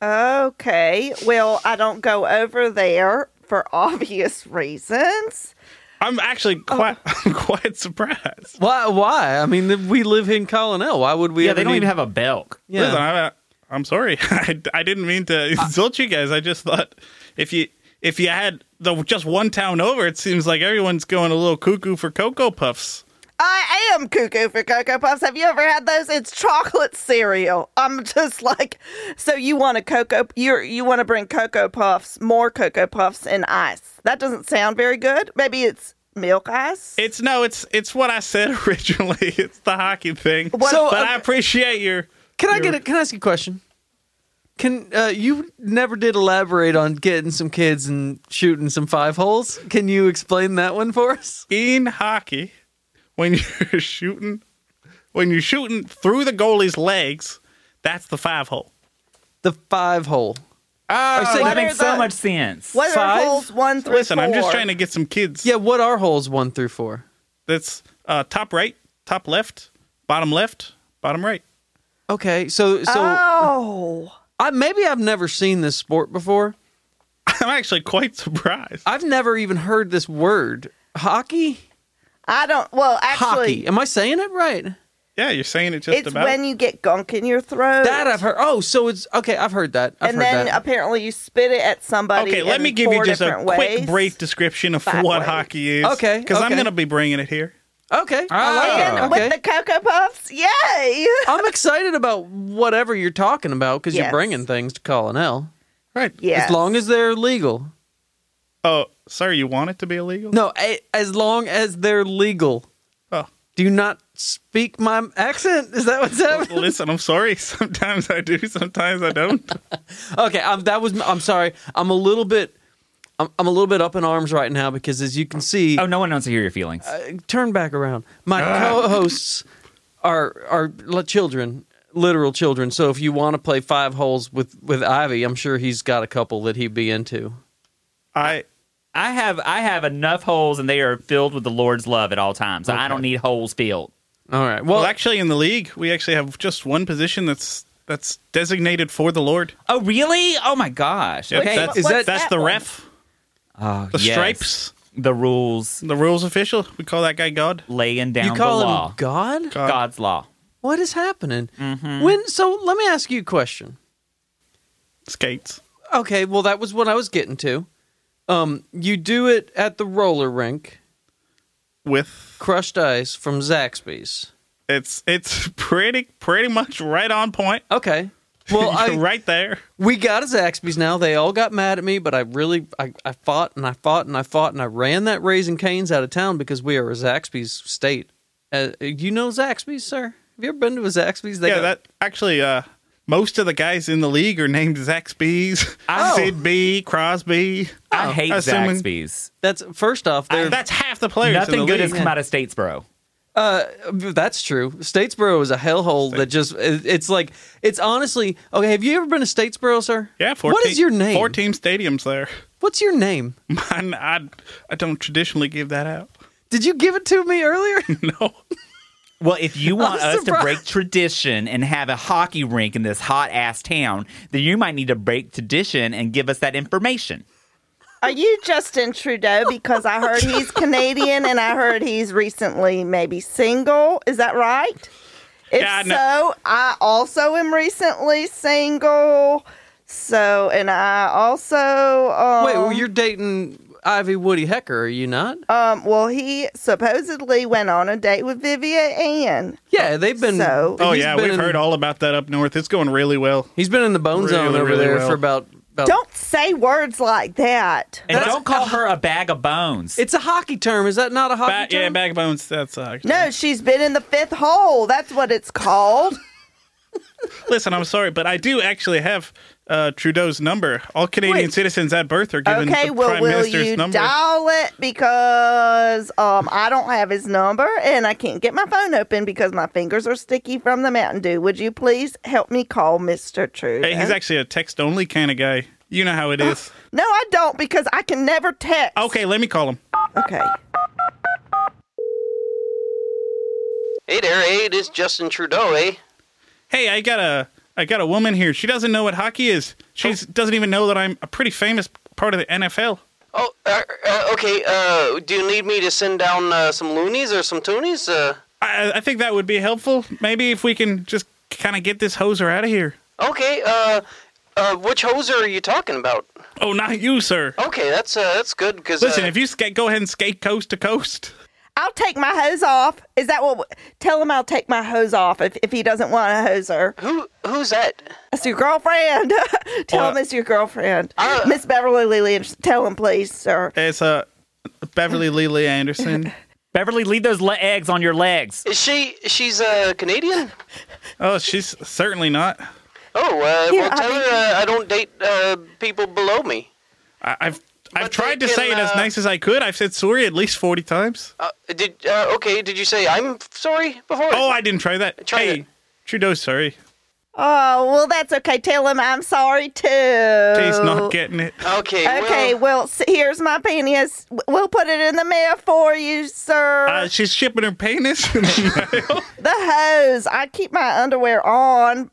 Speaker 4: Okay, well I don't go over there for obvious reasons.
Speaker 7: I'm actually
Speaker 2: Oh.
Speaker 7: quite I'm quite surprised.
Speaker 2: Why? Why? I mean, we live in Colonel. Why would we?
Speaker 3: yeah,
Speaker 2: ever
Speaker 3: they don't
Speaker 2: need-
Speaker 3: even have a belk.
Speaker 2: Yeah.
Speaker 7: Listen, I, I'm sorry. I, I didn't mean to insult you guys. I just thought if you if you had the just one town over, it seems like everyone's going a little cuckoo for cocoa puffs.
Speaker 4: I am cuckoo for Cocoa Puffs. Have you ever had those? It's chocolate cereal. I'm just like, so you want a cocoa? You you want to bring Cocoa Puffs, more Cocoa Puffs, and ice? That doesn't sound very good. Maybe it's milk ice.
Speaker 7: It's no, it's it's what I said originally. It's the hockey thing.
Speaker 2: So,
Speaker 7: but
Speaker 2: uh,
Speaker 7: I appreciate your.
Speaker 2: can I get? A, can I ask you a question? Can uh, you never did elaborate on getting some kids and shooting some five holes? Can you explain that one for us?
Speaker 7: in hockey when you're shooting when you're shooting through the goalie's legs. That's the five hole.
Speaker 2: The five hole.
Speaker 3: Oh,
Speaker 2: saying-
Speaker 3: that
Speaker 2: What
Speaker 3: makes
Speaker 4: are
Speaker 3: so
Speaker 4: the-
Speaker 3: much sense.
Speaker 4: What are
Speaker 2: five?
Speaker 4: holes one through
Speaker 7: Listen, i I'm just
Speaker 4: four?
Speaker 7: trying to get some kids.
Speaker 2: Yeah. What are holes one through four?
Speaker 7: That's uh, top right, top left, bottom left, bottom right.
Speaker 2: Okay. So so
Speaker 4: Oh,
Speaker 2: I maybe I've never seen this sport before.
Speaker 7: I'm actually quite surprised.
Speaker 2: I've never even heard this word. Hockey.
Speaker 4: I don't. Well,
Speaker 2: Hockey.
Speaker 4: actually,
Speaker 2: Am I saying it right?
Speaker 7: Yeah, you're saying it just
Speaker 4: it's
Speaker 7: about.
Speaker 4: when you get gunk in your throat.
Speaker 2: That I've heard. Oh, so it's okay. I've heard that. I've
Speaker 4: and
Speaker 2: heard
Speaker 4: then
Speaker 2: that.
Speaker 4: apparently you spit it at somebody.
Speaker 7: okay, let
Speaker 4: in
Speaker 7: me give you
Speaker 4: four
Speaker 7: just a
Speaker 4: different
Speaker 7: quick
Speaker 4: ways.
Speaker 7: brief description of
Speaker 4: Five
Speaker 7: what
Speaker 4: ways.
Speaker 7: hockey is.
Speaker 2: Okay,
Speaker 7: because I'm
Speaker 2: okay.
Speaker 7: going to be bringing it here.
Speaker 2: Okay. I like
Speaker 3: And
Speaker 2: that.
Speaker 4: And
Speaker 2: Okay.
Speaker 7: Ah,
Speaker 4: with the Cocoa Puffs, yay!
Speaker 7: Oh,
Speaker 2: I'm excited about whatever you're talking about because you're
Speaker 4: Yes.
Speaker 2: bringing things to Colonel.
Speaker 7: Right.
Speaker 4: Yeah.
Speaker 2: As long as they're legal.
Speaker 7: Oh, sorry, you want it to be illegal?
Speaker 2: No, a- as long as they're legal.
Speaker 7: Oh.
Speaker 2: Do you not speak my accent? Is that what's happening?
Speaker 7: Oh, Listen, I'm sorry. Sometimes I do, sometimes I don't.
Speaker 2: Okay, I'm, that was. I'm sorry. I'm a little bit. I'm, I'm a little bit up in arms right now because, as you can see,
Speaker 3: Oh, no one wants to hear your feelings.
Speaker 2: turn back around. My co-hosts are are li- children, literal children. So if you want to play five holes with with Ivy, I'm sure he's got a couple that he'd be into.
Speaker 7: I
Speaker 3: I have I have enough holes and they are filled with the Lord's love at all times. So I don't need holes filled.
Speaker 2: All right.
Speaker 7: well,
Speaker 2: Well,
Speaker 7: actually, in the league, we actually have just one position that's that's designated for the Lord.
Speaker 3: Oh really? Oh my gosh.
Speaker 7: Yep,
Speaker 3: Okay.
Speaker 7: that's,
Speaker 2: Is that-
Speaker 7: that's
Speaker 4: that
Speaker 7: the
Speaker 4: one?
Speaker 7: ref,
Speaker 3: Oh,
Speaker 7: the
Speaker 3: yes.
Speaker 7: stripes,
Speaker 3: The rules
Speaker 7: the rules official. We call that guy God.
Speaker 3: laying down
Speaker 2: you call
Speaker 3: the
Speaker 2: him
Speaker 3: law.
Speaker 2: God?
Speaker 7: God.
Speaker 3: God's law.
Speaker 2: What is happening?
Speaker 3: Mm-hmm.
Speaker 2: When? So let me ask you a question.
Speaker 7: Skates.
Speaker 2: Okay. Well, that was what I was getting to. Um, you do it at the roller rink,
Speaker 7: with
Speaker 2: crushed ice from Zaxby's.
Speaker 7: it's it's pretty pretty much right on point.
Speaker 2: Okay. Well, I,
Speaker 7: You're right there.
Speaker 2: we got a Zaxby's now. They all got mad at me, but I really I, I fought and I fought and I fought and I ran that Raising Canes out of town because we are a Zaxby's state. Uh, you know Zaxby's, sir? Have you ever been to a Zaxby's? They
Speaker 7: yeah,
Speaker 2: got-
Speaker 7: that actually uh most of the guys in the league are named Zaxby's, Sid B, Crosby.
Speaker 2: Oh.
Speaker 3: I hate
Speaker 7: Assuming-
Speaker 3: Zaxby's.
Speaker 2: That's first off, there.
Speaker 7: That's half the players.
Speaker 3: Nothing
Speaker 7: in the
Speaker 3: good has
Speaker 7: league.
Speaker 3: come out of Statesboro.
Speaker 2: That's true. Statesboro is a hellhole that just it- it's like it's honestly okay. Have you ever been to Statesboro, sir?
Speaker 7: Yeah, 14,
Speaker 2: what is your name?
Speaker 7: Fourteen stadiums there.
Speaker 2: What's your name?
Speaker 7: Mine, I I don't traditionally give that out.
Speaker 2: Did you give it to me earlier?
Speaker 7: No,
Speaker 3: Well, if you want
Speaker 2: I'm
Speaker 3: us to
Speaker 2: surprised.
Speaker 3: break tradition and have a hockey rink in this hot ass town, then you might need to break tradition and give us that information.
Speaker 4: Are you Justin Trudeau? Because I heard he's Canadian and I heard he's recently maybe single. Is that right? If
Speaker 7: Yeah, I know.
Speaker 4: so, I also am recently single. So, and I also um,
Speaker 2: Wait, well, you're dating Ivy Woody Hecker, are you not?
Speaker 4: um, well, he supposedly went on a date with Vivian Ann.
Speaker 2: yeah, they've been.
Speaker 4: so-
Speaker 7: oh
Speaker 2: he's
Speaker 7: yeah,
Speaker 2: been
Speaker 7: we've
Speaker 2: in-
Speaker 7: heard all about that up north. It's going really well.
Speaker 2: He's been in the bone zone
Speaker 7: Really,
Speaker 2: over
Speaker 7: really
Speaker 2: there
Speaker 7: well.
Speaker 2: for about. about
Speaker 4: Don't say words like that.
Speaker 3: And
Speaker 2: That's-
Speaker 3: don't call her a bag of bones.
Speaker 2: It's a hockey term. Is that not a hockey
Speaker 7: Ba-
Speaker 2: term?
Speaker 7: yeah, bag of bones. That's uh,
Speaker 4: No, she's been in the fifth hole. That's what it's called.
Speaker 7: Listen, I'm sorry, but I do actually have uh, Trudeau's number. All Canadian
Speaker 2: Wait.
Speaker 7: citizens at birth are given
Speaker 4: okay,
Speaker 7: the
Speaker 4: well,
Speaker 7: prime
Speaker 4: will
Speaker 7: minister's
Speaker 4: you
Speaker 7: number.
Speaker 4: dial it because um, I don't have his number and I can't get my phone open because my fingers are sticky from the Mountain Dew. Would you please help me call Mr. Trudeau?
Speaker 7: Hey, he's actually a text only kind of guy. You know how it is.
Speaker 4: no, I don't because I can never text.
Speaker 7: okay, let me call him.
Speaker 4: Okay.
Speaker 8: Hey there, hey, this is Justin Trudeau, eh?
Speaker 7: Hey, I got a I got a woman here. She doesn't know what hockey is. She doesn't even know that I'm a pretty famous part of the NFL.
Speaker 8: Oh, uh, uh, okay, uh, do you need me to send down uh, some loonies or some toonies? Uh,
Speaker 7: I, I think that would be helpful. Maybe if we can just kind of get this hoser out of here.
Speaker 8: okay, uh, uh, which hoser are you talking about?
Speaker 7: Oh, not you, sir.
Speaker 8: Okay, that's, uh, that's good, because,
Speaker 7: Listen,
Speaker 8: uh,
Speaker 7: if you skate, go ahead and skate coast to coast.
Speaker 4: I'll take my hose off. Is that what? Tell him I'll take my hose off if, if he doesn't want a hoser.
Speaker 8: who, who's that?
Speaker 4: That's your girlfriend. tell him it's your girlfriend. Miss Beverly Lillian, tell him, please, sir.
Speaker 7: It's uh, Beverly Lily Anderson.
Speaker 3: Beverly, leave those le- eggs on your legs.
Speaker 8: Is she, she's, uh, Canadian?
Speaker 7: Oh, she's certainly not.
Speaker 8: Oh, uh,
Speaker 4: Here,
Speaker 8: well, tell
Speaker 4: Abby.
Speaker 8: her uh, I don't date, uh, people below me.
Speaker 7: I- I've I've
Speaker 8: But
Speaker 7: tried
Speaker 8: they
Speaker 7: to say
Speaker 8: can,
Speaker 7: it as
Speaker 8: uh,
Speaker 7: nice as I could. I've said sorry at least forty times.
Speaker 8: Uh, did, uh, okay, did you say I'm sorry before?
Speaker 7: Oh, I didn't try that.
Speaker 8: Try
Speaker 7: hey,
Speaker 8: it.
Speaker 7: Trudeau, sorry.
Speaker 4: Oh, well, that's okay. Tell him I'm sorry, too.
Speaker 7: He's
Speaker 4: Oh.
Speaker 7: not getting it.
Speaker 8: Okay,
Speaker 4: Okay,
Speaker 8: well,
Speaker 4: well, s here's my penis. W- We'll put it in the mail for you, sir.
Speaker 7: Uh, she's shipping her penis. in the mail.
Speaker 4: the hose. I keep my underwear on.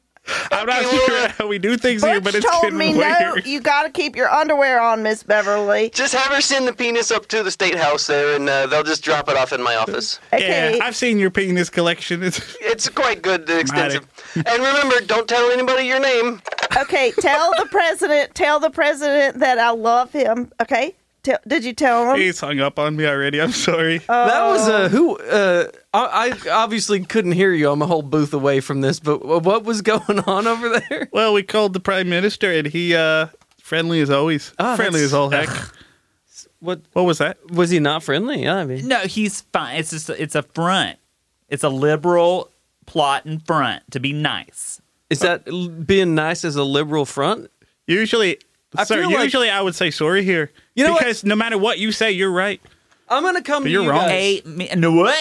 Speaker 7: I'm not
Speaker 8: uh,
Speaker 7: sure how we do things here,
Speaker 4: Butch
Speaker 7: but it's
Speaker 4: told
Speaker 7: getting
Speaker 4: me no.
Speaker 7: weird.
Speaker 4: You got to keep your underwear on, Miss Beverly.
Speaker 8: just have her send the penis up to the state house there, and, uh, they'll just drop it off in my office.
Speaker 4: Okay.
Speaker 7: Yeah, I've seen your penis collection. It's,
Speaker 8: It's quite good, uh, extensive. and remember, don't tell anybody your name.
Speaker 4: okay. Tell the president. Tell the president that I love him. Okay. Tell, did you tell him?
Speaker 7: he's hung up on me already. I'm sorry.
Speaker 2: That was uh, who. Uh, I, I obviously couldn't hear you. I'm a whole booth away from this, but w- what was going on over there?
Speaker 7: well, we called the prime minister, and he uh, friendly as always.
Speaker 2: Ah,
Speaker 7: friendly
Speaker 2: that's-
Speaker 7: as all heck.
Speaker 2: What
Speaker 7: What was that?
Speaker 2: was he not friendly? I mean,
Speaker 3: No, he's fine. It's just it's a front. It's a liberal plot in front to be nice.
Speaker 2: is that l- being nice as a liberal front?
Speaker 7: Usually,
Speaker 2: I
Speaker 7: sir,
Speaker 2: feel like-
Speaker 7: usually I would say sorry here.
Speaker 2: You know what?
Speaker 7: because no matter what you say, you're right.
Speaker 2: I'm gonna come.
Speaker 7: But
Speaker 2: to
Speaker 7: you're
Speaker 2: you
Speaker 7: wrong.
Speaker 2: guys.
Speaker 3: Hey, me, no, what?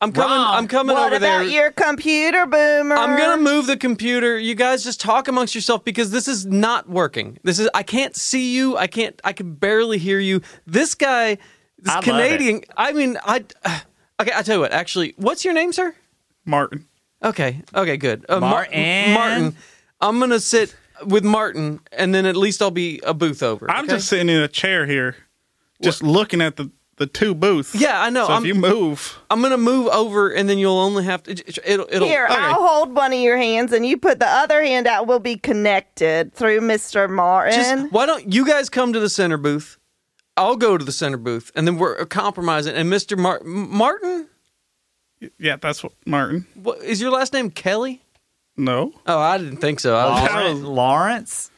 Speaker 2: I'm coming.
Speaker 3: wrong.
Speaker 2: I'm coming
Speaker 4: what
Speaker 2: over
Speaker 4: about
Speaker 2: there.
Speaker 4: your computer, Boomer?
Speaker 2: I'm gonna move the computer. You guys just talk amongst yourself because this is not working. This is I can't see you. I can't. I can barely hear you. This guy, this
Speaker 3: I love it.
Speaker 2: Canadian. I mean, I. okay, I tell you what. Actually, what's your name, sir?
Speaker 7: Martin.
Speaker 2: Okay. Okay. Good. Uh, Mar-
Speaker 3: Martin.
Speaker 2: Martin. I'm gonna sit with Martin, and then at least I'll be a booth over.
Speaker 7: I'm
Speaker 2: okay?
Speaker 7: just sitting in a chair here, just looking at the, the two booths.
Speaker 2: Yeah, I know.
Speaker 7: So
Speaker 2: I'm,
Speaker 7: if you move,
Speaker 2: I'm gonna move over, and then you'll only have to. It'll. it'll uh,
Speaker 4: Here,
Speaker 2: okay.
Speaker 4: I'll hold one of your hands and you put the other hand out. We'll be connected through Mr. Martin.
Speaker 2: Just, why don't you guys come to the center booth? I'll go to the center booth, and then we're uh, compromising. And Mr. Mar- M- Martin,
Speaker 7: yeah, that's what Martin.
Speaker 2: what, is your last name Kelly?
Speaker 7: No,
Speaker 2: Oh, I didn't think so. I was,
Speaker 3: Lawrence. Lawrence?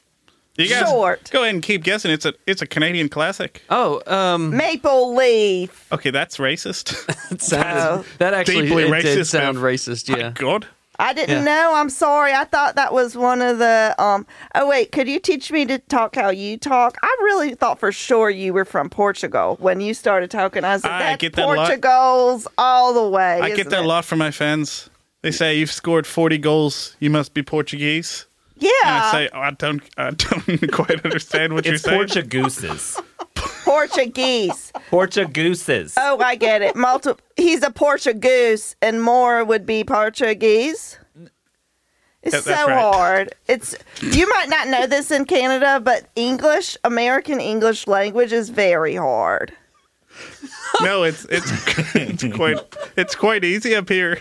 Speaker 7: you guys
Speaker 4: Short.
Speaker 7: go ahead and keep guessing. It's a it's a Canadian classic.
Speaker 2: oh, um,
Speaker 4: Maple leaf.
Speaker 7: Okay, that's racist.
Speaker 2: that sounded-
Speaker 4: Oh.
Speaker 2: that actually
Speaker 7: Deeply
Speaker 2: it did
Speaker 7: racist,
Speaker 2: sound
Speaker 7: man.
Speaker 2: racist. Yeah,
Speaker 7: God,
Speaker 4: I didn't
Speaker 2: Yeah.
Speaker 4: know. I'm sorry. I thought that was one of the. Um. Oh wait, could you teach me to talk how you talk? I really thought for sure you were from Portugal when you started talking. I said
Speaker 7: I
Speaker 4: that's
Speaker 7: get that a lot.
Speaker 4: Portugal's all the way.
Speaker 7: I
Speaker 4: isn't
Speaker 7: get that
Speaker 4: it?
Speaker 7: a lot from my fans. They say you've scored forty goals. You must be Portuguese.
Speaker 4: Yeah,
Speaker 7: And I say oh, I don't, I don't quite understand what you're
Speaker 3: It's
Speaker 7: saying.
Speaker 3: Portugooses.
Speaker 4: Portuguese.
Speaker 3: Portugooses.
Speaker 4: Oh, I get it. Multiple. He's a Portuguese, and more would be Portuguese. It's
Speaker 7: That- that's
Speaker 4: so
Speaker 7: right.
Speaker 4: hard. It's you might not know this in Canada, but English, American English language is very hard.
Speaker 7: no, it's it's it's quite it's quite easy up here.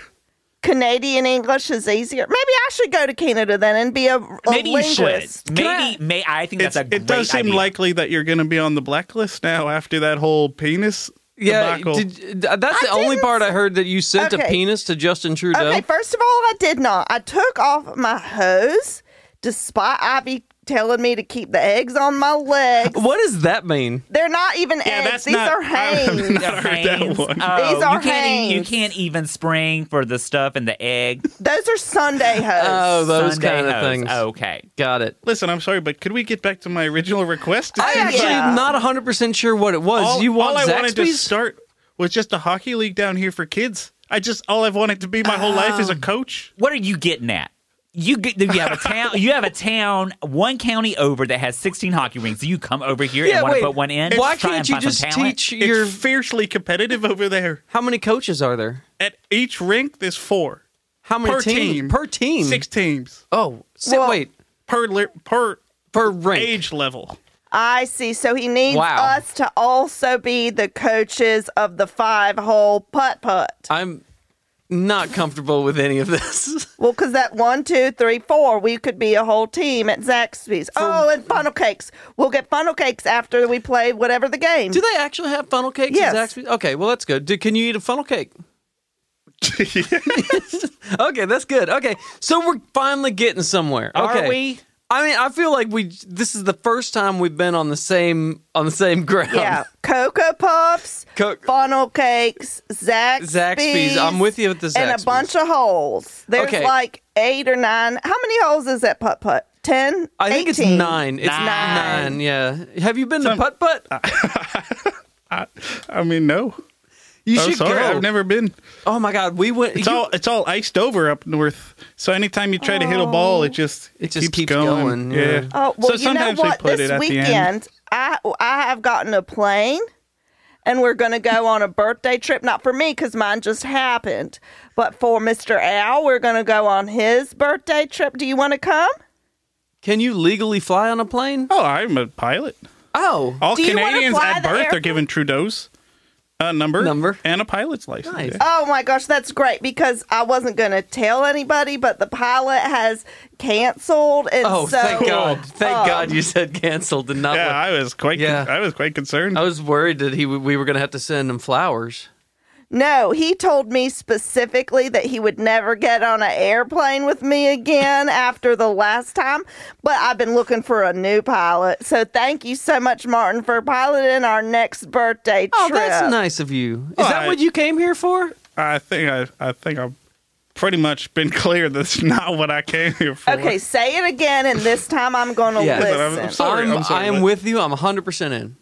Speaker 4: Canadian English is easier. Maybe I should go to Canada then and be a, a
Speaker 3: Maybe you should.
Speaker 4: linguist.
Speaker 3: Maybe, may I think that's
Speaker 7: It's,
Speaker 3: a great
Speaker 7: it does seem
Speaker 3: idea.
Speaker 7: likely that you're going to be on the blacklist now after that whole penis
Speaker 2: Yeah,
Speaker 7: debacle.
Speaker 2: did, uh, that's the only
Speaker 4: didn't
Speaker 2: part I heard that you sent a
Speaker 4: Okay.
Speaker 2: penis to Justin Trudeau.
Speaker 4: Okay, first of all, I did not. I took off my hose, despite Ivy telling me to keep the eggs on my legs.
Speaker 2: what does that mean?
Speaker 4: They're not even eggs.
Speaker 7: that's
Speaker 4: These
Speaker 7: not-
Speaker 4: are
Speaker 7: I'm
Speaker 4: hangs.
Speaker 7: not heard that
Speaker 3: Hanes.
Speaker 7: one.
Speaker 3: Oh,
Speaker 4: These are
Speaker 3: you can't, e- you
Speaker 4: Hanes.
Speaker 3: can't even spring for the stuff and the egg.
Speaker 4: Those are Sunday hoes.
Speaker 2: Oh, those
Speaker 3: Sunday
Speaker 2: kind of
Speaker 3: hose.
Speaker 2: things.
Speaker 3: okay.
Speaker 2: Got it.
Speaker 7: Listen, I'm sorry, but could we get back to my original request? It
Speaker 2: I
Speaker 7: seems
Speaker 2: actually
Speaker 7: like
Speaker 4: Yeah.
Speaker 2: not 100% sure what it was.
Speaker 7: all,
Speaker 2: you want
Speaker 7: all I wanted to
Speaker 2: Zaxby's?
Speaker 7: start was just a hockey league down here for kids. I just all I've wanted to be my whole life is a coach.
Speaker 3: What are you getting at? You get, you have a town. You have a town one county over that has sixteen hockey rinks. You come over here
Speaker 2: Yeah,
Speaker 3: and want
Speaker 2: wait.
Speaker 3: to put one in.
Speaker 2: Why
Speaker 3: try
Speaker 2: can't
Speaker 3: and
Speaker 2: you
Speaker 3: find some
Speaker 2: just
Speaker 3: talent?
Speaker 2: teach
Speaker 7: It's
Speaker 2: your
Speaker 7: fiercely competitive over there.
Speaker 2: How many coaches are there?
Speaker 7: At each rink, there's four
Speaker 2: How many
Speaker 7: per
Speaker 2: teams?
Speaker 7: team.
Speaker 2: Per team.
Speaker 7: six teams
Speaker 2: Oh, si-
Speaker 4: Well-
Speaker 2: wait.
Speaker 7: per li- per
Speaker 2: Per rank.
Speaker 7: age level.
Speaker 4: I see. So he needs
Speaker 2: Wow.
Speaker 4: us to also be the coaches of the five hole putt putt.
Speaker 2: I'm not comfortable with any of this.
Speaker 4: Well, because that one, two, three, four, we could be a whole team at Zaxby's. oh, and funnel cakes. We'll get funnel cakes after we play whatever the game.
Speaker 2: Do they actually have funnel cakes? at
Speaker 4: Yes.
Speaker 2: Zaxby's? Okay, well that's good. Do, can you eat a funnel cake? okay, that's good. Okay, so we're finally getting somewhere. Okay.
Speaker 3: Are we?
Speaker 2: I mean, I feel like we. This is the first time we've been on the same on the same ground.
Speaker 4: yeah, cocoa puffs,
Speaker 2: Co-
Speaker 4: funnel cakes, Zaxby's.
Speaker 2: Zaxby's. I'm with you with the
Speaker 4: And
Speaker 2: Zaxby's.
Speaker 4: a bunch of holes. There's
Speaker 2: Okay.
Speaker 4: like eight or nine. How many holes is that putt putt? Ten?
Speaker 2: I think it's
Speaker 4: 18?
Speaker 2: nine. It's nine.
Speaker 4: Nine.
Speaker 2: Yeah. Have you been to Putt Putt?
Speaker 7: Uh, I mean, no.
Speaker 2: you
Speaker 7: I'm
Speaker 2: should
Speaker 7: oh, sorry,
Speaker 2: go.
Speaker 7: I've never been.
Speaker 2: oh my God, we went.
Speaker 7: It's all it's all iced over up north. So anytime you try to hit a ball, it just
Speaker 2: It just
Speaker 7: keeps,
Speaker 2: keeps going, yeah.
Speaker 7: Yeah.
Speaker 4: Oh well,
Speaker 7: so
Speaker 4: you know
Speaker 7: sometimes
Speaker 4: what?
Speaker 7: they put
Speaker 4: This
Speaker 7: it at the end.
Speaker 4: weekend, I I have gotten a plane, and we're going to go on a birthday trip. Not for me because mine just happened, but for Mister Al, we're going to go on his birthday trip. Do you want to come?
Speaker 2: Can you legally fly on a plane?
Speaker 7: Oh, I'm a pilot.
Speaker 2: Oh,
Speaker 7: All
Speaker 4: Do you wanna
Speaker 7: Canadians
Speaker 4: fly
Speaker 7: at
Speaker 4: the
Speaker 7: birth are
Speaker 4: airplane?
Speaker 7: given Trudeau's a number,
Speaker 2: Number.
Speaker 7: and a pilot's license.
Speaker 2: Nice.
Speaker 7: yeah.
Speaker 4: Oh my gosh, that's great because I wasn't going to tell anybody, but the pilot has canceled, and
Speaker 2: oh,
Speaker 4: so
Speaker 2: thank God! Thank
Speaker 4: um,
Speaker 2: God you said canceled and not.
Speaker 7: Yeah,
Speaker 2: what-
Speaker 7: I was quite. con-
Speaker 2: Yeah.
Speaker 7: I was quite concerned.
Speaker 2: I, was worried that he we were going to have to send him flowers.
Speaker 4: No, he told me specifically that he would never get on an airplane with me again after the last time, but I've been looking for a new pilot. So thank you so much, Martin, for piloting our next birthday trip.
Speaker 2: Oh, that's nice of you. Is that
Speaker 7: I-
Speaker 2: what you came here for?
Speaker 7: I think I, I think I've pretty much been clear. That's not what I came here for.
Speaker 4: Okay, say it again, and this time I'm going to
Speaker 2: Yeah. Listen,
Speaker 7: I'm- I'm
Speaker 4: listen.
Speaker 7: so- Sorry,
Speaker 2: I'm,
Speaker 7: I'm sorry,
Speaker 2: I am
Speaker 7: what?
Speaker 2: with you. I'm 100 percent in.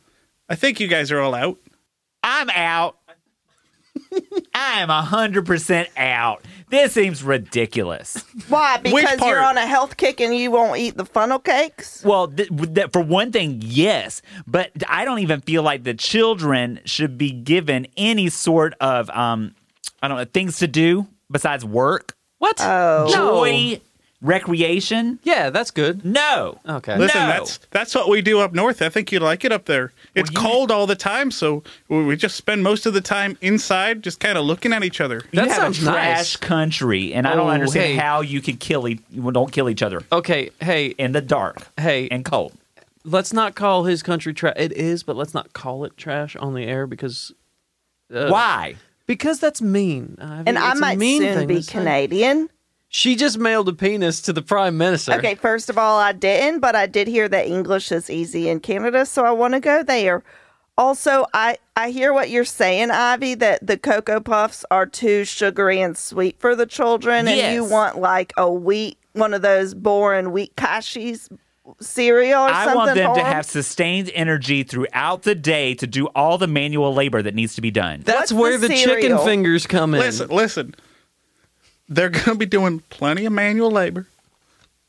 Speaker 7: I think you guys are all out.
Speaker 3: I'm out. I am hundred percent out. This seems ridiculous.
Speaker 4: Why? Because
Speaker 7: part?
Speaker 4: you're on a health kick and you won't eat the funnel cakes?
Speaker 3: Well, th- with that, for one thing, yes, but I don't even feel like the children should be given any sort of um, I don't know things to do besides work,
Speaker 2: What?
Speaker 4: Oh.
Speaker 3: joy, recreation.
Speaker 2: Yeah, that's good.
Speaker 3: No.
Speaker 2: Okay.
Speaker 7: Listen,
Speaker 3: No.
Speaker 7: that's that's what we do up north. I think you'd like it up there. It's
Speaker 3: you-
Speaker 7: cold all the time, so we we just spend most of the time inside, just kind of looking at each other.
Speaker 2: That
Speaker 3: you have a
Speaker 2: sounds nice.
Speaker 3: trash country, and I
Speaker 2: Oh,
Speaker 3: don't understand
Speaker 2: hey.
Speaker 3: how you could kill e- well, don't kill each other
Speaker 2: Okay. Hey,
Speaker 3: in the dark,
Speaker 2: Hey.
Speaker 3: and cold.
Speaker 2: let's not call his country trash. It is, but let's not call it trash on the air because
Speaker 3: Why?
Speaker 2: because that's mean. Ivy.
Speaker 4: And I
Speaker 2: It's a
Speaker 4: might
Speaker 2: mean
Speaker 4: soon
Speaker 2: thing
Speaker 4: be
Speaker 2: to say.
Speaker 4: Canadian.
Speaker 2: She just mailed a penis to the prime minister.
Speaker 4: Okay, first of all, I didn't, but I did hear that English is easy in Canada, so I want to go there. Also, I I hear what you're saying, Ivy, that the cocoa puffs are too sugary and sweet for the children, and you
Speaker 3: Yes.
Speaker 4: want like a wheat one of those boring wheat kashi's cereal or
Speaker 3: I
Speaker 4: something.
Speaker 3: want them
Speaker 4: for
Speaker 3: to have sustained energy throughout the day to do all the manual labor that needs to be done.
Speaker 2: That's
Speaker 4: What's
Speaker 2: where the,
Speaker 4: the
Speaker 2: chicken
Speaker 4: cereal?
Speaker 2: fingers come in.
Speaker 7: Listen, listen. They're going to be doing plenty of manual labor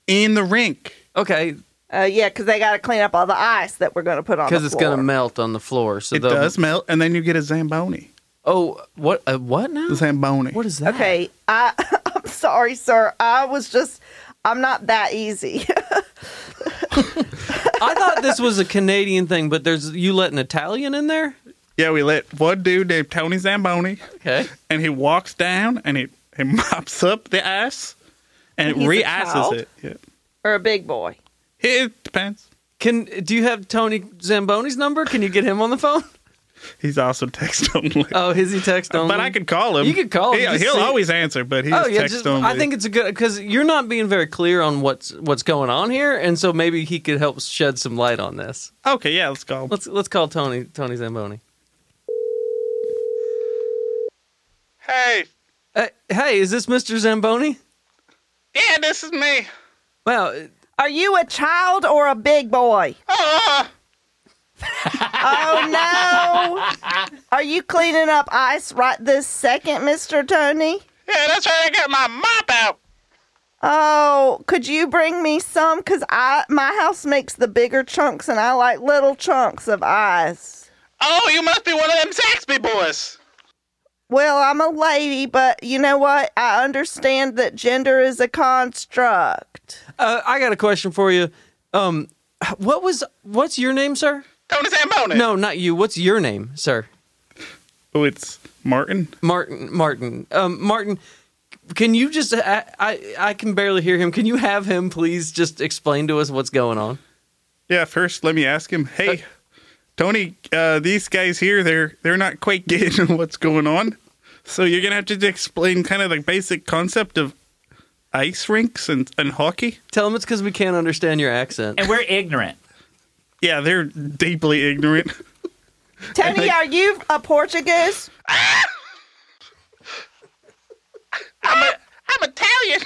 Speaker 7: in the rink.
Speaker 2: Okay,
Speaker 4: Uh, yeah, because they got to clean up all the ice that we're going to put on.
Speaker 2: because
Speaker 4: Because
Speaker 2: it's going to melt on the floor. So
Speaker 7: It
Speaker 2: they'll-
Speaker 7: does melt, and then you get a zamboni.
Speaker 2: Oh, what? Uh, what now?
Speaker 7: The zamboni.
Speaker 2: What is that?
Speaker 4: Okay, I I'm sorry, sir. I was just I'm not that easy.
Speaker 2: I thought this was a Canadian thing, but there's you let an Italian in there.
Speaker 7: Yeah, we let one dude named Tony Zamboni,
Speaker 2: Okay.
Speaker 7: and he walks down and he, he mops up the ice and
Speaker 4: He's a
Speaker 7: it re-ices
Speaker 4: child?
Speaker 7: it. Yeah.
Speaker 4: or a big boy.
Speaker 7: It depends.
Speaker 2: Can do you have Tony Zamboni's number? Can you get him on the phone?
Speaker 7: He's also text only.
Speaker 2: Oh, is he text only?
Speaker 7: but I could call him.
Speaker 2: You could call him,
Speaker 7: He,
Speaker 2: just
Speaker 7: he'll
Speaker 2: see-
Speaker 7: always answer, but he's
Speaker 2: Oh yeah,
Speaker 7: text
Speaker 2: just,
Speaker 7: only.
Speaker 2: I think it's a good because you're not being very clear on what's what's going on here, and so maybe he could help shed some light on this.
Speaker 7: Okay, yeah, let's call him.
Speaker 2: Let's let's call Tony Tony Zamboni.
Speaker 7: Hey,
Speaker 2: Uh, hey, is this Mr. Zamboni?
Speaker 7: yeah, this is me.
Speaker 2: Wow, uh,
Speaker 4: Are you a child or a big boy? oh no! Are you cleaning up ice right this second, Mister Tony?
Speaker 7: Yeah, that's where I got my mop out.
Speaker 4: Oh, could you bring me some? Cause I my house makes the bigger chunks, and I like little chunks of ice.
Speaker 7: Oh, you must be one of them Zaxby boys.
Speaker 4: Well, I'm a lady, but you know what? I understand that gender is a construct.
Speaker 2: uh, I got a question for you. Um, what was what's your name, sir?
Speaker 7: Tony Zamboni.
Speaker 2: No, not you. What's your name, sir?
Speaker 7: Oh, it's Martin.
Speaker 2: Martin. Martin. Um, Martin. Can you just? I, I I can barely hear him. Can you have him please just explain to us what's going on?
Speaker 7: Yeah, first let me ask him. Hey,
Speaker 2: Uh,
Speaker 7: Tony, uh, these guys here, they're they're not quite getting what's going on. So you're gonna have to explain kind of the basic concept of ice rinks and, and hockey.
Speaker 2: Tell him it's because we can't understand your accent.
Speaker 3: And we're ignorant.
Speaker 7: Yeah, they're deeply ignorant.
Speaker 4: Tony, are you a Portuguese?
Speaker 5: I'm Italian.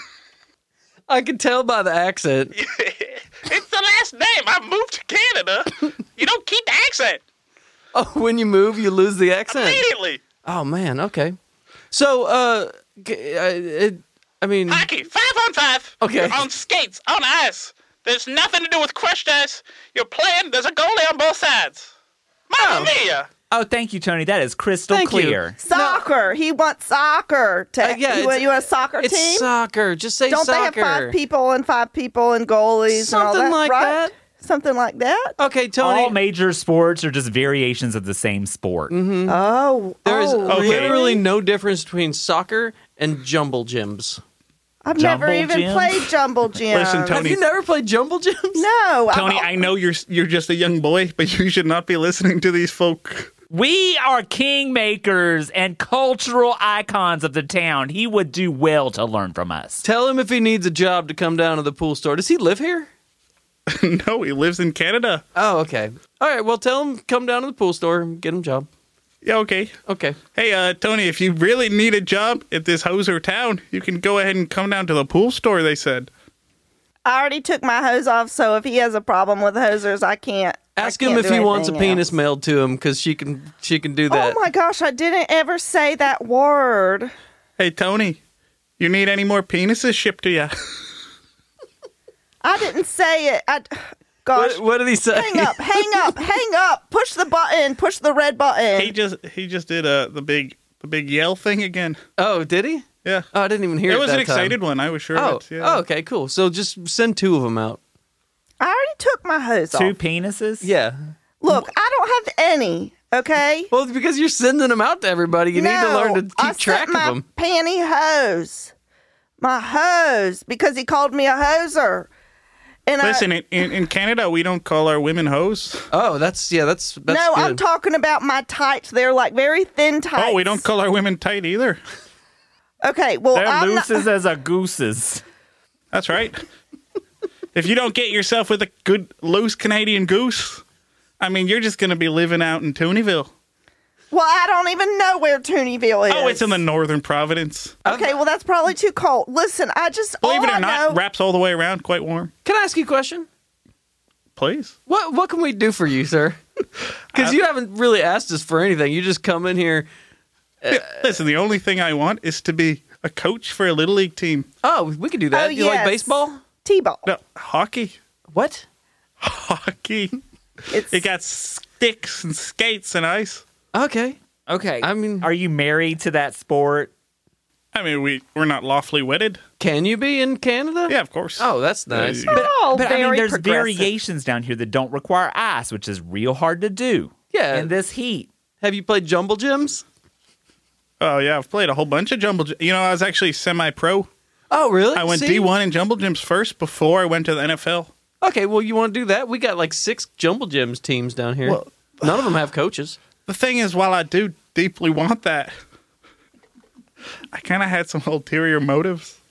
Speaker 2: I can tell by the accent.
Speaker 5: It's the last name. I moved to Canada. You don't keep the accent
Speaker 2: Oh, when you move, you lose the accent.
Speaker 5: immediately.
Speaker 2: Oh man, okay. So, uh, g- I, it, I mean,
Speaker 5: Hockey, five on five.
Speaker 2: Okay.
Speaker 5: You're on skates, on ice. There's nothing to do with crushed ice. You're playing. There's a goalie on both sides. Mamma mia!
Speaker 3: Oh, thank you, Tony. That is crystal
Speaker 2: Thank you.
Speaker 3: clear.
Speaker 4: Soccer. He wants soccer. To,
Speaker 2: Uh, yeah,
Speaker 4: you,
Speaker 2: it's-
Speaker 4: want, you want a soccer
Speaker 2: it's
Speaker 4: team?
Speaker 2: soccer. Just say
Speaker 4: Don't
Speaker 2: soccer.
Speaker 4: they have five people and five people and goalies
Speaker 2: Something
Speaker 4: and all that,
Speaker 2: like
Speaker 4: right?
Speaker 2: that.
Speaker 4: Something like that.
Speaker 2: Okay, Tony.
Speaker 3: All major sports are just variations of the same sport.
Speaker 4: Oh,
Speaker 2: Mm-hmm. there is
Speaker 4: oh,
Speaker 7: Okay.
Speaker 2: literally no difference between soccer and jumble gyms.
Speaker 4: I've
Speaker 3: Jumble
Speaker 4: never even
Speaker 3: Jim?
Speaker 4: played Jumble Jim.
Speaker 7: Listen, Tony.
Speaker 2: Have you never played jumble gyms?
Speaker 4: No,
Speaker 7: Tony,
Speaker 4: I,
Speaker 7: I know you're you're just a young boy, but you should not be listening to these folk.
Speaker 3: We are kingmakers and cultural icons of the town. He would do well to learn from us.
Speaker 2: Tell him if he needs a job to come down to the pool store. Does he live here?
Speaker 7: no, he lives in Canada.
Speaker 2: Oh, okay. All right. Well, tell him come down to the pool store and get him a job.
Speaker 7: Yeah, okay.
Speaker 2: Okay.
Speaker 7: Hey, uh, Tony, if you really need a job at this hoser town, you can go ahead and come down to the pool store. They said.
Speaker 4: I already took my hose off. So if he has a problem with hosers, I can't. I
Speaker 2: Ask him
Speaker 4: can't
Speaker 2: if
Speaker 4: do
Speaker 2: he wants a
Speaker 4: anything
Speaker 2: penis
Speaker 4: else.
Speaker 2: mailed to him because she can she can do
Speaker 4: Oh
Speaker 2: that.
Speaker 4: my gosh, I didn't ever say that word.
Speaker 7: Hey, Tony, you need any more penises shipped to you?
Speaker 4: I didn't say it. I, gosh,
Speaker 2: What, what did he say?
Speaker 4: hang up, hang up, hang up. Push the button. Push the red button.
Speaker 7: he just he just did uh, the big the big yell thing again.
Speaker 2: Oh, did he?
Speaker 7: Yeah,
Speaker 2: Oh, I didn't even hear it.
Speaker 7: it was
Speaker 2: that
Speaker 7: an
Speaker 2: time.
Speaker 7: excited one. I was sure.
Speaker 2: Oh,
Speaker 7: of it, yeah.
Speaker 2: oh, okay, cool. So just send two of them out.
Speaker 4: I already took my hose
Speaker 3: Two
Speaker 4: off.
Speaker 3: penises?
Speaker 2: Yeah.
Speaker 4: Look, I don't have any. Okay.
Speaker 2: Well, because you're sending them out to everybody, you need to
Speaker 4: No,
Speaker 2: learn to keep
Speaker 4: I sent
Speaker 2: track
Speaker 4: my
Speaker 2: of them.
Speaker 4: Pantyhose, my hose, because he called me a hoser. And
Speaker 7: Listen,
Speaker 4: I,
Speaker 7: in, in, in Canada, we don't call our women hoes.
Speaker 2: Oh, that's yeah, that's that's
Speaker 4: no, I'm
Speaker 2: good.
Speaker 4: talking about my tights. They're like very thin tights.
Speaker 7: Oh, we don't call our women tight either.
Speaker 4: Okay, well,
Speaker 3: They're
Speaker 4: I'm not,
Speaker 3: looses as a gooses.
Speaker 7: That's right. if you don't get yourself with a good loose Canadian goose, I mean, you're just going to be living out in Toonyville.
Speaker 4: Well, I don't even know where Toonyville is.
Speaker 7: Oh, it's in the northern Providence.
Speaker 4: Okay, well that's probably too cold. Listen, I just
Speaker 7: Believe
Speaker 2: Oh,
Speaker 4: all
Speaker 7: it
Speaker 4: I
Speaker 7: or not,
Speaker 4: know,
Speaker 7: wraps all the way around, quite warm.
Speaker 2: Can I ask you a question?
Speaker 7: Please.
Speaker 2: What what can we do for you, sir? Because you haven't really asked us for anything. You just come in here.
Speaker 7: Listen, the only thing I want is to be a coach for a little league team.
Speaker 2: Oh, we could do that.
Speaker 4: Oh,
Speaker 2: do you like
Speaker 4: yes.
Speaker 2: baseball?
Speaker 4: T-ball.
Speaker 7: No, hockey.
Speaker 2: What?
Speaker 7: Hockey.
Speaker 4: It's
Speaker 7: It got sticks and skates and ice.
Speaker 2: Okay.
Speaker 3: Okay.
Speaker 2: I mean-
Speaker 3: are you married to that sport?
Speaker 7: I mean, we we're not lawfully wedded.
Speaker 2: Can you be in Canada?
Speaker 7: Yeah, of course.
Speaker 2: Oh, that's nice.
Speaker 7: Yeah,
Speaker 2: But-
Speaker 4: all
Speaker 3: But
Speaker 4: Oh, very
Speaker 3: I mean, there's
Speaker 4: progressive.
Speaker 3: variations down here that don't require ice, which is real hard to do.
Speaker 2: Yeah.
Speaker 3: In this heat.
Speaker 2: have you played Jumble Gyms?
Speaker 7: Oh yeah, I've played a whole bunch of jumble. gy- You know, I was actually semi-pro.
Speaker 2: Oh, really?
Speaker 7: I went
Speaker 2: See?
Speaker 7: D1 in jumble gyms first before I went to the NFL.
Speaker 2: Okay, well, you want to do that? We got like six Jumble Gyms teams down here.
Speaker 7: Well-
Speaker 2: None of them have coaches.
Speaker 7: The thing is, while I do deeply want that, I kind of had some ulterior motives.
Speaker 4: Oh,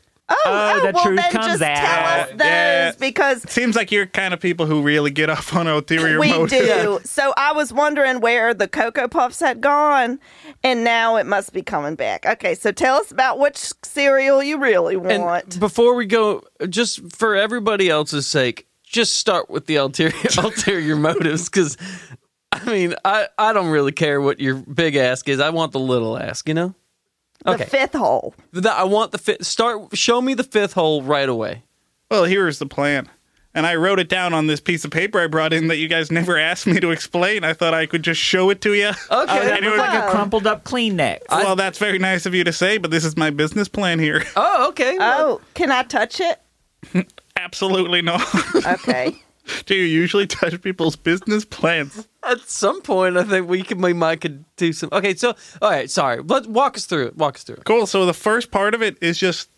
Speaker 3: Oh, the
Speaker 4: well,
Speaker 3: truth
Speaker 4: then
Speaker 3: comes
Speaker 4: just
Speaker 3: out.
Speaker 4: tell us those
Speaker 7: Yeah.
Speaker 4: because
Speaker 7: Seems like you're kind of people who really get off on ulterior
Speaker 4: we
Speaker 7: motives.
Speaker 4: do. So I was wondering where the Cocoa Puffs had gone, and now it must be coming back. Okay, so tell us about which cereal you really
Speaker 2: And
Speaker 4: want.
Speaker 2: before we go, just for everybody else's sake, just start with the ulterior ulterior motives, because I mean, I I don't really care what your big ask is. I want the little ask, you know.
Speaker 4: The fifth hole.
Speaker 2: The- I want the fifth. Start. Show me the fifth hole right away.
Speaker 7: Well, here's the plan. And I wrote it down on this piece of paper I brought in that you guys never asked me to explain. I thought I could just show it to you.
Speaker 2: Okay.
Speaker 3: That
Speaker 7: Anyway,
Speaker 3: looks like a
Speaker 4: Oh.
Speaker 3: crumpled up Kleenex.
Speaker 7: well, that's very nice of you to say, but this is my business plan here.
Speaker 2: oh, okay. well,
Speaker 4: Oh, can I touch it?
Speaker 7: Absolutely not.
Speaker 4: Okay.
Speaker 7: do you usually touch people's business plans?
Speaker 2: at some point, I think we can. We might could do some. Okay. So, all right. Sorry. Let walk us through it. Walk us through it.
Speaker 7: Cool. So the first part of it is just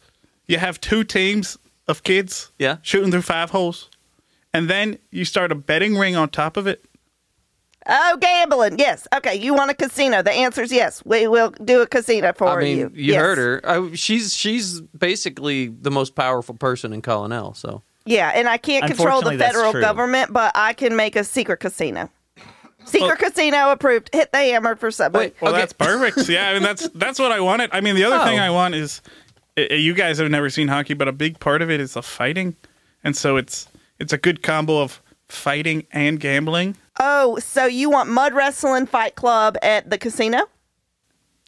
Speaker 7: you have two teams of kids
Speaker 2: Yeah.
Speaker 7: shooting through five holes. And then you start a betting ring on top of it.
Speaker 4: oh, gambling. Yes. Okay. You want a casino? The answer is yes. We will do a casino for
Speaker 2: I mean,
Speaker 4: you.
Speaker 2: you,
Speaker 4: Yes.
Speaker 2: heard her. I, she's she's basically the most powerful person in Colonel. So.
Speaker 4: Yeah, and I can't control
Speaker 3: Unfortunately,
Speaker 4: the
Speaker 3: that's
Speaker 4: federal
Speaker 3: true.
Speaker 4: government, but I can make a secret casino. Secret casino approved. Hit the hammer for somebody.
Speaker 2: Wait.
Speaker 7: Well,
Speaker 2: okay.
Speaker 7: that's perfect. Yeah, I mean that's that's what I wanted. I mean, the other thing
Speaker 2: Oh.
Speaker 7: I want is uh, you guys have never seen hockey, but a big part of it is the fighting, and so it's it's a good combo of fighting and gambling.
Speaker 4: Oh, so you want mud wrestling fight club at the casino?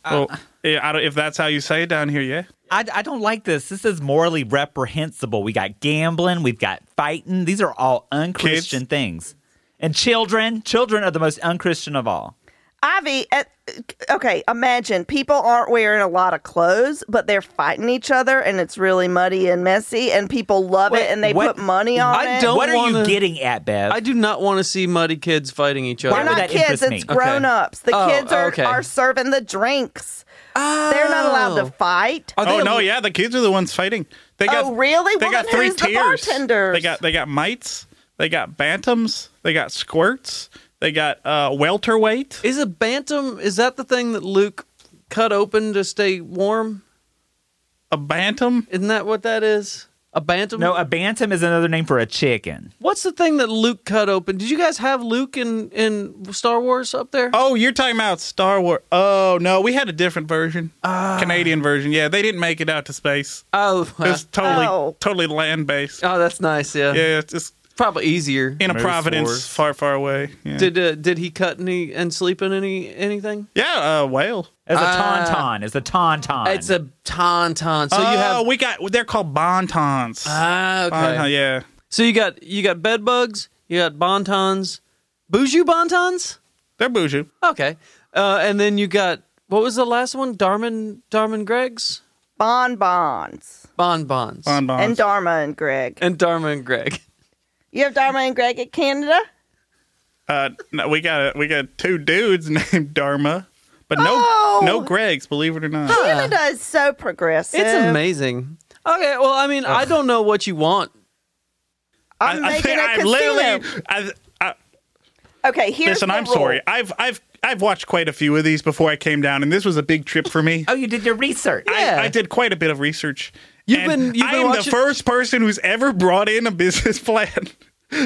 Speaker 2: Ah.
Speaker 7: well, yeah, I don't, if that's how you say it down here, yeah.
Speaker 3: I, I don't like this. This is morally reprehensible. We got gambling, we've got fighting. These are all unchristian things. And children, children are the most unchristian of all.
Speaker 4: Ivy, at, okay, imagine people aren't wearing a lot of clothes, but they're fighting each other and it's really muddy and messy, and people love
Speaker 3: Wait,
Speaker 4: it and they
Speaker 3: what-
Speaker 4: put money on
Speaker 2: I
Speaker 4: it.
Speaker 2: don't
Speaker 3: what are
Speaker 2: wanna-
Speaker 3: you getting at, Bev?
Speaker 2: I do not want to see muddy kids fighting each other.
Speaker 3: Why
Speaker 4: They're
Speaker 3: would that
Speaker 4: not kids,
Speaker 3: interest
Speaker 4: it's
Speaker 3: me? Okay.
Speaker 4: grown ups. The
Speaker 2: Oh,
Speaker 4: kids are,
Speaker 2: okay.
Speaker 4: are serving the drinks, they're not allowed to fight.
Speaker 2: Are
Speaker 7: Oh
Speaker 2: they-
Speaker 7: no, yeah, the kids are the ones fighting. They got
Speaker 4: Oh, really?
Speaker 7: They
Speaker 4: Well,
Speaker 7: got
Speaker 4: then
Speaker 7: three
Speaker 4: who's the
Speaker 7: tiers.
Speaker 4: bartenders?
Speaker 7: They got they got mites. They got bantams. They got squirts. They got uh, welterweight.
Speaker 2: Is a bantam? Is that the thing that Luke cut open to stay warm?
Speaker 7: A bantam.
Speaker 2: Isn't that what that is? A bantam?
Speaker 3: no, a bantam is another name for a chicken.
Speaker 2: What's the thing that Luke cut open? Did you guys have Luke in in Star Wars up there?
Speaker 7: Oh, you're talking about Star Wars. Oh, no, we had a different version. Canadian version. Yeah, they didn't make it out to space.
Speaker 2: Oh,
Speaker 7: It was totally
Speaker 4: Oh.
Speaker 7: totally land based.
Speaker 2: oh, that's nice. Yeah,
Speaker 7: Yeah, it's just
Speaker 2: probably easier.
Speaker 7: in a
Speaker 3: Moose
Speaker 7: Providence,
Speaker 3: wars.
Speaker 7: far far away. Yeah,
Speaker 2: Did uh, did he cut any and sleep in any anything?
Speaker 7: yeah uh, whale.
Speaker 3: It's a
Speaker 2: Ah.
Speaker 3: tauntaun. Uh, It's a tauntaun.
Speaker 2: It's a tauntaun. So
Speaker 7: oh,
Speaker 2: you have
Speaker 7: we got they're called bontons.
Speaker 2: ah okay.
Speaker 7: Bonton- yeah.
Speaker 2: So you got you got bed bugs. You got bontons, bougie bontons.
Speaker 7: They're bougie.
Speaker 2: Okay. Uh, and then you got what was the last one? Darman Darman Greg's
Speaker 4: Bonbons.
Speaker 2: bonbons
Speaker 7: Bonbons.
Speaker 4: And Dharma and Greg.
Speaker 2: and Dharma and Greg.
Speaker 4: You have Dharma and Greg at Canada?
Speaker 7: uh, no, we got we got two dudes named Dharma, but no
Speaker 4: Oh!
Speaker 7: no Gregs, believe it or not.
Speaker 4: Canada is so progressive.
Speaker 2: It's amazing. Eh. Okay. Well, I mean, I don't know what you want.
Speaker 4: I'm making a
Speaker 7: I'm
Speaker 4: casino.
Speaker 7: literally I, I,
Speaker 4: okay, here's
Speaker 7: Listen,
Speaker 4: the
Speaker 7: I'm
Speaker 4: rule.
Speaker 7: sorry. I've I've I've watched quite a few of these before I came down, and this was a big trip for me.
Speaker 3: oh, you did your research.
Speaker 2: yeah.
Speaker 7: I, I did quite a bit of research.
Speaker 2: You've
Speaker 7: and
Speaker 2: been- you've
Speaker 7: I
Speaker 2: been
Speaker 7: am
Speaker 2: watching-
Speaker 7: the first person who's ever brought in a business plan.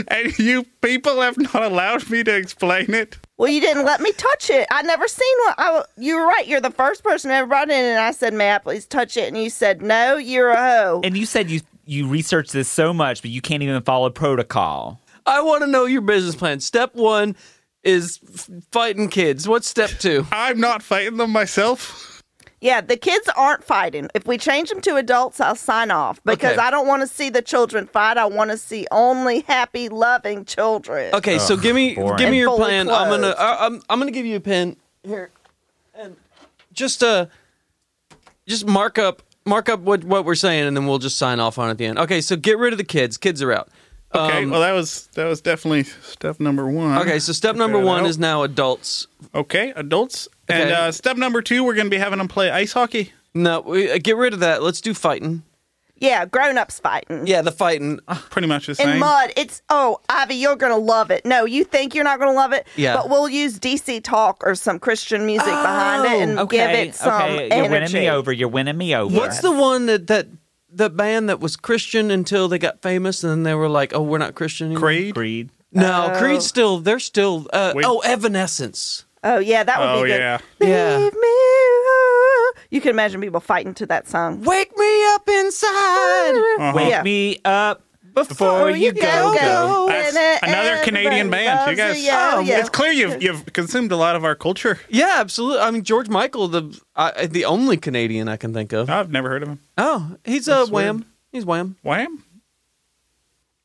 Speaker 7: and you people have not allowed me to explain it.
Speaker 4: Well, you didn't let me touch it. I never seen one. I, you were right. You're the first person I ever brought in, and I said, "May I please touch it?" And you said, "No, you're a hoe."
Speaker 3: And you said you you researched this so much, but you can't even follow protocol.
Speaker 2: I want to know your business plan. Step one is f- fighting kids. What's step two?
Speaker 7: I'm not fighting them myself.
Speaker 4: yeah, the kids aren't fighting. If we change them to adults, I'll sign off because
Speaker 2: Okay.
Speaker 4: I don't want to see the children fight. I want to see only happy, loving children.
Speaker 2: Okay, so give me
Speaker 3: boring.
Speaker 2: give me
Speaker 4: And
Speaker 2: your
Speaker 4: fully
Speaker 2: plan. I'm gonna
Speaker 4: clothed.
Speaker 2: I, I'm I'm gonna give you a pen here, and just uh, just mark up mark up what what we're saying, and then we'll just sign off on it at the end. Okay, so get rid of the kids. Kids are out.
Speaker 7: Okay,
Speaker 2: Um,
Speaker 7: well that was that was definitely step number one.
Speaker 2: Okay, so step number
Speaker 7: that
Speaker 2: one
Speaker 7: out.
Speaker 2: is now adults.
Speaker 7: Okay, adults. And
Speaker 2: Okay.
Speaker 7: uh, step number two, we're going to be having them play ice hockey.
Speaker 2: No, we, uh, get rid of that. Let's do fighting.
Speaker 4: Yeah, grown ups fighting.
Speaker 2: Yeah, the fighting.
Speaker 7: Pretty much the
Speaker 4: In
Speaker 7: same.
Speaker 4: mud, it's oh Ivy, you're gonna love it. No, you think you're not gonna love it.
Speaker 2: Yeah.
Speaker 4: But we'll use DC talk or some Christian music behind it
Speaker 2: Oh,
Speaker 4: and give it some
Speaker 3: okay. You're winning
Speaker 4: energy.
Speaker 3: me over. You're winning me over.
Speaker 2: What's the one that that the band that was Christian until they got famous, and then they were like, "Oh, we're not Christian." anymore?
Speaker 7: Creed.
Speaker 3: Creed?
Speaker 2: No,
Speaker 4: Oh.
Speaker 2: Creed's still. They're still. Uh,
Speaker 7: Wait.
Speaker 2: oh, Evanescence.
Speaker 4: Oh yeah, that would
Speaker 7: Oh,
Speaker 4: be good.
Speaker 7: yeah.
Speaker 2: Yeah.
Speaker 4: Leave me alone. You can imagine people fighting to that song.
Speaker 2: Wake me up inside
Speaker 7: Uh-huh.
Speaker 3: Wake
Speaker 4: Yeah.
Speaker 3: me up.
Speaker 2: before,
Speaker 3: you go, go.
Speaker 7: That's another Canadian band. You guys-
Speaker 4: yeah,
Speaker 2: Oh,
Speaker 4: yeah.
Speaker 7: It's clear you've you've consumed a lot of our culture.
Speaker 2: Yeah, absolutely. I mean, George Michael, the I the only Canadian I can think of.
Speaker 7: I've never heard of him.
Speaker 2: Oh, he's a uh, Wham. He's Wham.
Speaker 7: Wham?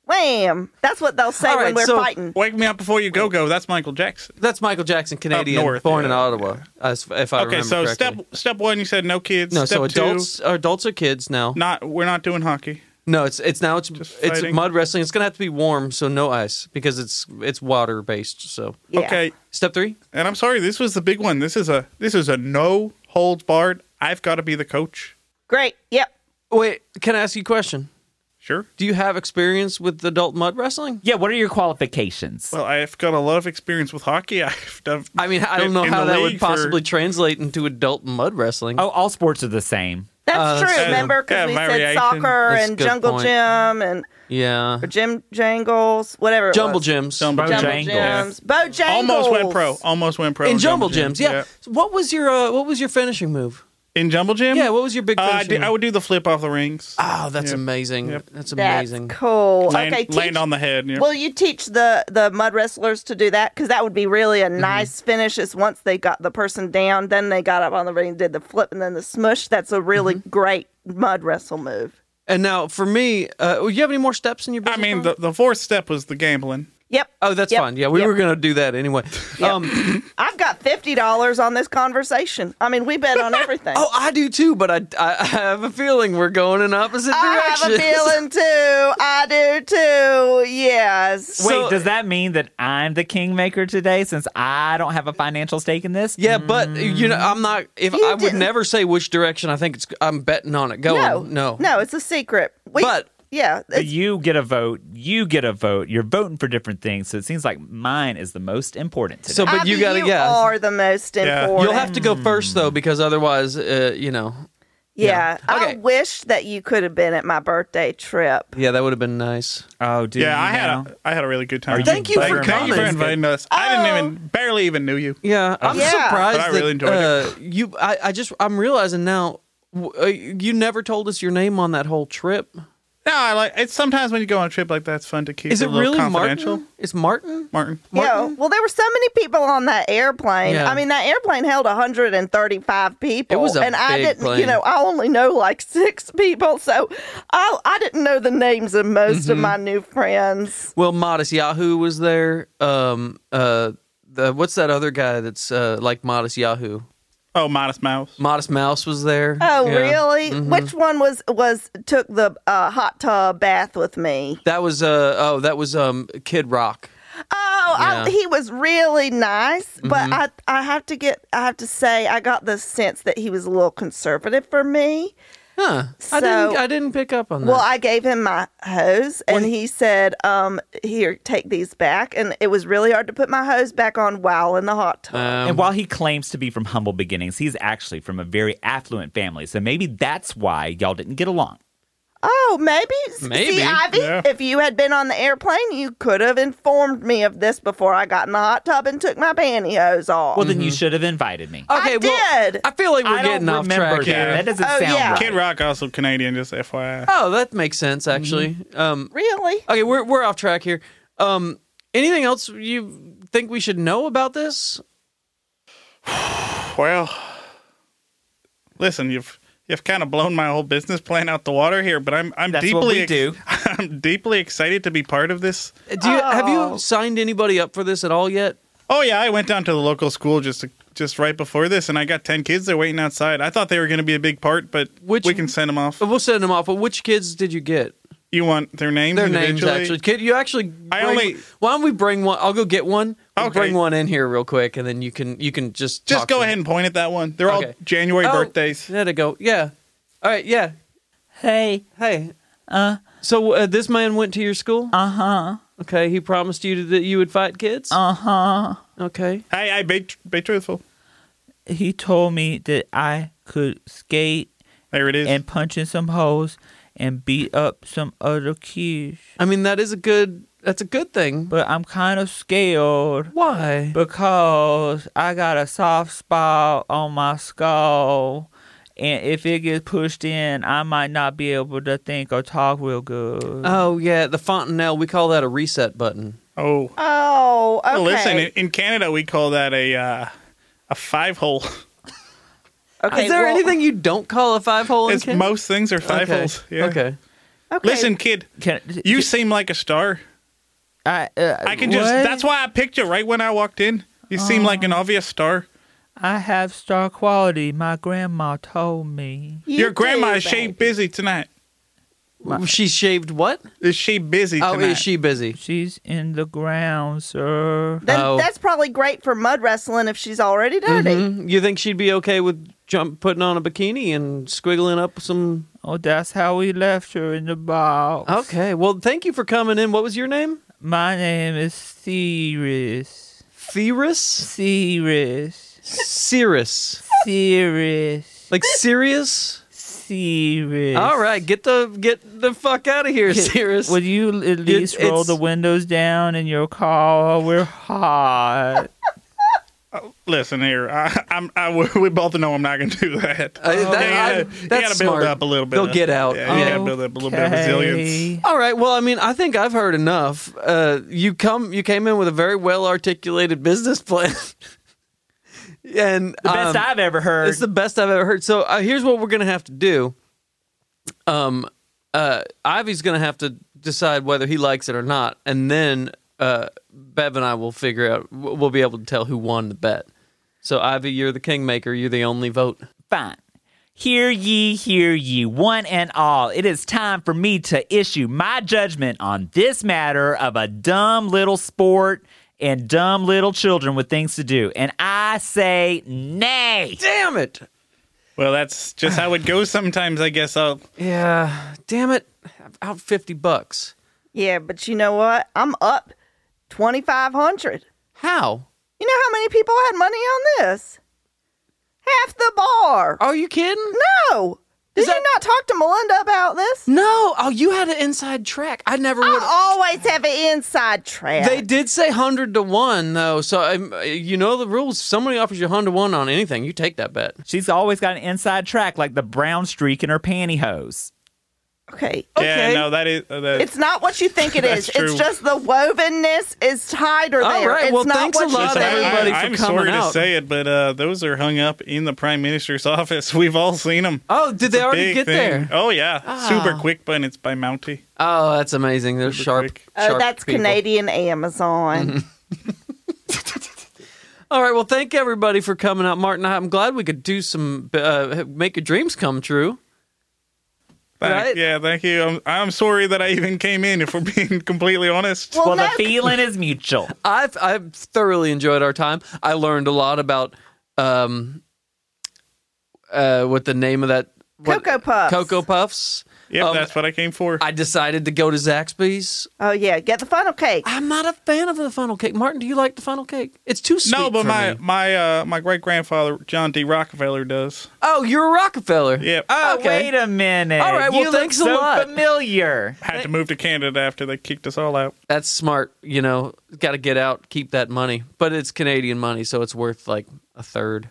Speaker 4: Wham! That's what they'll say
Speaker 2: All right,
Speaker 4: when we're
Speaker 2: so-
Speaker 4: fighting.
Speaker 7: Wake me up before you go go. That's Michael Jackson.
Speaker 2: That's Michael Jackson, Canadian,
Speaker 7: north,
Speaker 2: born in
Speaker 7: yeah.
Speaker 2: Ottawa. As, if I
Speaker 7: Okay,
Speaker 2: remember
Speaker 7: so
Speaker 2: correctly.
Speaker 7: step step one, you said no kids.
Speaker 2: no,
Speaker 7: step
Speaker 2: so
Speaker 7: two,
Speaker 2: adults are adults are kids now.
Speaker 7: Not we're not doing hockey.
Speaker 2: No, it's it's now it's it's
Speaker 7: fighting.
Speaker 2: mud wrestling. It's gonna have to be warm, so no ice because it's it's water based. So
Speaker 4: Yeah.
Speaker 7: Okay,
Speaker 2: step three.
Speaker 7: and I'm sorry, this was the big one. This is a this is a no holds barred. I've got to be the coach.
Speaker 4: Great. Yep.
Speaker 2: Wait, can I ask you a question?
Speaker 7: Sure.
Speaker 2: Do you have experience with adult mud wrestling?
Speaker 3: Yeah, what are your qualifications?
Speaker 7: Well, I've got a lot of experience with hockey. I've done.
Speaker 2: I mean, I don't know
Speaker 7: in
Speaker 2: how
Speaker 7: the
Speaker 2: that
Speaker 7: league
Speaker 2: would
Speaker 7: for-
Speaker 2: possibly translate into adult mud wrestling.
Speaker 3: oh, all sports are the same.
Speaker 4: That's
Speaker 2: Uh,
Speaker 4: true.
Speaker 2: so-
Speaker 4: Remember,
Speaker 7: Yeah,
Speaker 4: because we
Speaker 7: variation.
Speaker 4: said soccer
Speaker 2: That's a
Speaker 4: and
Speaker 2: good
Speaker 4: jungle
Speaker 2: point.
Speaker 4: gym and
Speaker 2: yeah.
Speaker 4: or Jim Jangles, whatever. it
Speaker 2: Jumbo
Speaker 4: was.
Speaker 2: gyms.
Speaker 7: Jumbo
Speaker 4: Jumble
Speaker 3: Bojangles.
Speaker 4: gyms. Bojangles.
Speaker 7: Almost went pro. Almost went pro.
Speaker 2: In jumble gyms, yeah.
Speaker 7: yeah.
Speaker 2: So what was your uh, what was your finishing move?
Speaker 7: In jumble gym.
Speaker 2: Yeah, what was your big
Speaker 7: Uh, I,
Speaker 2: finishing?
Speaker 7: did, I
Speaker 2: move?
Speaker 7: would do the flip off the rings.
Speaker 2: oh, that's amazing.
Speaker 7: Yep.
Speaker 2: That's
Speaker 4: That's
Speaker 2: amazing.
Speaker 4: cool.
Speaker 7: land,
Speaker 4: okay, teach,
Speaker 7: land on the head. Yeah.
Speaker 4: Will you teach the the mud wrestlers to do that? Because that would be really
Speaker 2: Mm-hmm.
Speaker 4: a nice finish. Is once they got the person down, then they got up on the ring, did the flip, and then the smush. That's a really
Speaker 2: Mm-hmm.
Speaker 4: great mud wrestle move.
Speaker 2: And now for me, uh, do you have any more steps in your?
Speaker 7: I
Speaker 2: Business
Speaker 7: mean,
Speaker 2: plan?
Speaker 7: the, the fourth step was the gambling.
Speaker 4: Yep.
Speaker 2: oh, that's
Speaker 4: Yep.
Speaker 2: fine. Yeah, we
Speaker 4: Yep.
Speaker 2: were gonna do that anyway. Um,
Speaker 4: I've got fifty dollars on this conversation. I mean, we bet on everything.
Speaker 2: oh, I do too, but I, I I have a feeling we're going in opposite
Speaker 4: I have
Speaker 2: directions.
Speaker 4: a feeling too. I do too. Yes.
Speaker 3: Wait,
Speaker 2: So-
Speaker 3: does that mean that I'm the kingmaker today since I don't have a financial stake in this?
Speaker 2: Yeah, but you know, I'm not. If
Speaker 4: You
Speaker 2: I would
Speaker 4: didn't-
Speaker 2: never say which direction I think it's, I'm betting on it going.
Speaker 4: No,
Speaker 2: no,
Speaker 4: no. It's a secret. We,
Speaker 2: But-
Speaker 4: yeah,
Speaker 3: But
Speaker 4: it's-
Speaker 3: You get a vote. You get a vote. You're voting for different things. So it seems like mine is the most important today.
Speaker 2: So, but
Speaker 4: Ivy,
Speaker 2: you gotta yeah.
Speaker 4: are the most
Speaker 7: Yeah.
Speaker 4: important.
Speaker 2: You'll have to
Speaker 7: Mm.
Speaker 2: go first though, because otherwise, uh, you know,
Speaker 4: Yeah.
Speaker 2: Yeah. Okay.
Speaker 4: I wish that you could have been at my birthday trip.
Speaker 2: yeah, that would have been nice.
Speaker 3: oh, dude.
Speaker 7: Yeah, I
Speaker 3: know.
Speaker 7: had a, I had a really good time.
Speaker 3: Are you
Speaker 2: Thank you for
Speaker 7: Thank you for
Speaker 2: coming.
Speaker 7: inviting us. I didn't even barely even knew you.
Speaker 2: Yeah, I'm
Speaker 4: Yeah.
Speaker 2: surprised.
Speaker 7: But
Speaker 2: that,
Speaker 7: I really enjoyed it.
Speaker 2: uh, You, I, I just, I'm realizing now, w- uh, you never told us your name on that whole trip.
Speaker 7: No, I like it's sometimes when you go on a trip like that, it's fun to keep
Speaker 2: Is
Speaker 7: it
Speaker 2: it
Speaker 7: a little
Speaker 2: really
Speaker 7: confidential.
Speaker 2: Martin? It's Martin.
Speaker 7: Martin.
Speaker 4: Yeah. Well, there were so many people on that airplane.
Speaker 2: Yeah.
Speaker 4: I mean, that airplane held 135 people.
Speaker 2: It was a
Speaker 4: and I
Speaker 2: big
Speaker 4: didn't, you
Speaker 2: plane.
Speaker 4: know, I only know like six people. So I, I didn't know the names of most
Speaker 2: Mm-hmm.
Speaker 4: of my new friends.
Speaker 2: Well, Modest Yahoo was there. Um, uh, the, what's that other guy that's uh, like Modest Yahoo?
Speaker 7: Oh, Modest Mouse.
Speaker 2: Modest Mouse was there.
Speaker 4: Oh,
Speaker 2: Yeah. Mm-hmm.
Speaker 4: really? Which one was, was, took the uh, hot tub bath with me?
Speaker 2: That was uh oh that was um Kid Rock.
Speaker 4: Oh, I,
Speaker 2: Yeah. Mm-hmm.
Speaker 4: he was really nice, but I, I have to get, I have to say, I got the sense that he was a little conservative for me.
Speaker 2: Huh. I
Speaker 4: So-
Speaker 2: didn't I didn't pick up on that.
Speaker 4: Well, I gave him my hose, and he said, um, "Here, take these back." And it was really hard to put my hose back on while in the hot tub.
Speaker 2: Um,
Speaker 3: and while he claims to be from humble beginnings, he's actually from a very affluent family. So maybe that's why y'all didn't get along.
Speaker 4: Oh, maybe. S-
Speaker 2: Maybe,
Speaker 4: See, Ivy,
Speaker 7: yeah.
Speaker 4: if you had been on the airplane, you could have informed me of this before I got in the hot tub and took my pantyhose off.
Speaker 3: Well, then you should have invited me.
Speaker 4: I
Speaker 2: Okay, well,
Speaker 4: did.
Speaker 2: I feel like Mm-hmm. we're
Speaker 3: I
Speaker 2: getting
Speaker 3: don't
Speaker 2: off
Speaker 3: remember
Speaker 2: track.
Speaker 3: that.
Speaker 2: here.
Speaker 3: That doesn't
Speaker 4: Oh,
Speaker 3: sound
Speaker 4: yeah.
Speaker 3: right.
Speaker 7: Kid Rock also Canadian, just FYI.
Speaker 2: Oh, that makes sense actually. Um,
Speaker 4: really?
Speaker 2: okay, we're we're off track here. Um, anything else you think we should know about this?
Speaker 7: Well, listen, you've you've kind of blown my whole business plan out the water here, but I'm I'm
Speaker 3: That's
Speaker 7: deeply
Speaker 3: what we
Speaker 7: ex-
Speaker 3: do.
Speaker 7: I'm deeply excited to be part of this.
Speaker 2: Do you have you signed anybody up for this at all yet?
Speaker 7: Oh yeah, I went down to the local school just to, just right before this, and I got ten kids. They're waiting outside. I thought they were going to be a big part, but
Speaker 2: Which-
Speaker 7: we can send them off.
Speaker 2: We'll send them off. But which kids did you get?
Speaker 7: You want their names?
Speaker 2: Their names
Speaker 7: individually?
Speaker 2: actually. Could you actually? Bring,
Speaker 7: I only-
Speaker 2: Why don't we bring one? I'll go get one. We'll
Speaker 7: Okay.
Speaker 2: Bring one in here real quick, and then you can you can just
Speaker 7: Just
Speaker 2: talk
Speaker 7: go
Speaker 2: to
Speaker 7: ahead and point at that one. They're
Speaker 2: Okay.
Speaker 7: all January
Speaker 2: Oh,
Speaker 7: birthdays.
Speaker 2: There they go. Yeah. All right. Yeah.
Speaker 3: Hey,
Speaker 2: Hey. Uh. So uh, this man went to your school. Uh huh. Okay. He promised you that you would fight kids. Uh huh. Okay.
Speaker 7: Hey, I be, be truthful.
Speaker 3: he told me that I could skate
Speaker 7: There it is.
Speaker 3: and punch in some holes and beat up some other kids,
Speaker 2: I mean that is a good. That's a good thing.
Speaker 3: but I'm kind of scared
Speaker 2: Why?
Speaker 3: because I got a soft spot on my skull. And if it gets pushed in, I might not be able to think or talk real good.
Speaker 7: Uh,
Speaker 2: oh yeah, the fontanelle. We call that a reset button.
Speaker 7: oh,
Speaker 4: Oh, okay.
Speaker 7: Well, listen. In, in Canada, we call that a uh, a five hole.
Speaker 4: okay,
Speaker 2: is there
Speaker 4: well-
Speaker 2: anything you don't call a five hole? in
Speaker 7: It's
Speaker 2: Canada?
Speaker 7: most things are five
Speaker 2: okay.
Speaker 7: holes. Yeah.
Speaker 2: Okay.
Speaker 4: Okay.
Speaker 7: Listen, kid,
Speaker 3: Can
Speaker 7: you seem like a star.
Speaker 3: I, uh,
Speaker 7: I can just.
Speaker 3: what?
Speaker 7: That's why I picked you right when I walked in. You seem like an obvious star.
Speaker 3: I have star quality. My grandma told me.
Speaker 4: You
Speaker 7: Your grandma
Speaker 4: do,
Speaker 7: is she
Speaker 4: babe.
Speaker 7: busy tonight?
Speaker 2: She shaved what?
Speaker 7: Is she busy
Speaker 2: Oh,
Speaker 7: tonight?
Speaker 2: is she busy?
Speaker 3: She's in the ground, sir.
Speaker 4: Then
Speaker 2: Oh.
Speaker 4: that's probably great for mud wrestling if she's already dirty.
Speaker 2: Mm, You think she'd be okay with jump putting on a bikini and squiggling up some?
Speaker 3: Oh, that's how we left her in the box.
Speaker 2: Okay. Well, thank you for coming in. What was your name?
Speaker 3: My name is Cirrus.
Speaker 2: Cirrus.
Speaker 3: Cirrus.
Speaker 2: Cirrus.
Speaker 3: Cirrus.
Speaker 2: Like serious?
Speaker 3: Cirrus.
Speaker 2: All right, get the get the fuck out of here, Cirrus.
Speaker 3: Would you at least roll
Speaker 2: it's-
Speaker 3: the windows down in your car? We're hot.
Speaker 7: Listen here, I, I'm. I, we both know I'm not going to do that.
Speaker 2: Uh, that-
Speaker 7: You gotta-
Speaker 2: I'm-
Speaker 7: you
Speaker 2: that's
Speaker 7: gotta build
Speaker 2: smart.
Speaker 7: up a little bit.
Speaker 2: They'll
Speaker 7: of-
Speaker 2: get out.
Speaker 7: Yeah, you
Speaker 2: Okay.
Speaker 7: got to build up a little bit of resilience.
Speaker 3: Okay.
Speaker 2: All right. Well, I mean, I think I've heard enough. Uh, you come, you came in with a very well articulated business plan, and
Speaker 3: The best
Speaker 2: um,
Speaker 3: I've ever heard.
Speaker 2: It's the best I've ever heard. So uh, here's what we're gonna have to do. Um, uh, Ivy's gonna have to decide whether he likes it or not, and then uh, Bev and I will figure out. w- We'll be able to tell who won the bet. So Ivy, you're the kingmaker. You're the only vote.
Speaker 3: fine. Hear ye, hear ye, one and all. It is time for me to issue my judgment on this matter of a dumb little sport and dumb little children with things to do. And I say nay.
Speaker 2: Damn it!
Speaker 7: Well, that's just how it goes sometimes, I guess. Oh, I'll,
Speaker 2: Yeah, damn it! I'm out fifty bucks.
Speaker 4: Yeah, but you know what? I'm up twenty five hundred.
Speaker 2: How?
Speaker 4: You know how many people had money on this? Half the bar.
Speaker 2: Are you kidding?
Speaker 4: No. Did you not talk to Melinda about this?
Speaker 2: No. Oh, you had an inside track. I never would.
Speaker 4: I always have an inside track.
Speaker 2: Oh, They did say hundred to one though, so um, you know the rules. If somebody offers you hundred to one on anything, you take that bet.
Speaker 3: She's always got an inside track like the brown streak in her pantyhose.
Speaker 4: okay.
Speaker 2: Okay.
Speaker 7: Yeah, no, that is. Uh, that,
Speaker 4: It's not what you think it is. It's
Speaker 7: That's true.
Speaker 4: just the wovenness is tighter
Speaker 2: All
Speaker 4: there.
Speaker 2: right,
Speaker 4: It's
Speaker 2: well,
Speaker 4: not
Speaker 2: thanks a
Speaker 4: what you
Speaker 2: lot,
Speaker 4: think.
Speaker 7: I,
Speaker 2: everybody for
Speaker 7: am
Speaker 2: coming
Speaker 7: sorry
Speaker 2: out.
Speaker 7: to say it, but uh, those are hung up in the prime minister's office. We've all seen them.
Speaker 2: Oh, did they already
Speaker 7: Big
Speaker 2: get
Speaker 7: thing.
Speaker 2: there? Ah.
Speaker 7: Oh yeah, super quick, but it's by Mountie.
Speaker 2: Oh, that's amazing. They're sharp.
Speaker 7: quick.
Speaker 4: Oh,
Speaker 2: sharp
Speaker 4: that's
Speaker 2: people.
Speaker 4: Canadian Amazon.
Speaker 2: All right, well, thank everybody for coming out, Martin. I'm glad we could do some uh, make your dreams come true.
Speaker 7: Thank-
Speaker 2: Right?
Speaker 7: Yeah, thank you. I'm, I'm sorry that I even came in. If we're being completely honest,
Speaker 2: Oh,
Speaker 3: Well,
Speaker 4: Well,
Speaker 3: the
Speaker 4: no,
Speaker 3: feeling is mutual.
Speaker 2: I've I've thoroughly enjoyed our time. I learned a lot about um uh what the name of that what-
Speaker 4: Cocoa Puffs.
Speaker 2: Cocoa Puffs.
Speaker 7: Yep,
Speaker 2: Um,
Speaker 7: that's what I came for.
Speaker 2: I decided to go to Zaxby's.
Speaker 4: Oh yeah, get the funnel cake.
Speaker 7: Ah.
Speaker 2: I'm not a fan of the funnel cake. Martin, do you like the funnel cake? It's too sweet.
Speaker 7: no, but
Speaker 2: for
Speaker 7: my
Speaker 2: me.
Speaker 7: my uh, my great grandfather John D. Rockefeller does.
Speaker 2: oh, you're a Rockefeller.
Speaker 7: Yep.
Speaker 2: Oh, okay.
Speaker 3: Wait a minute.
Speaker 2: All right, well,
Speaker 3: you look
Speaker 2: thanks a
Speaker 3: so
Speaker 2: lot.
Speaker 3: familiar.
Speaker 7: Had to move to Canada after they kicked us all out.
Speaker 2: That's smart. You know, got to get out, keep that money, but it's Canadian money, so it's worth like a third.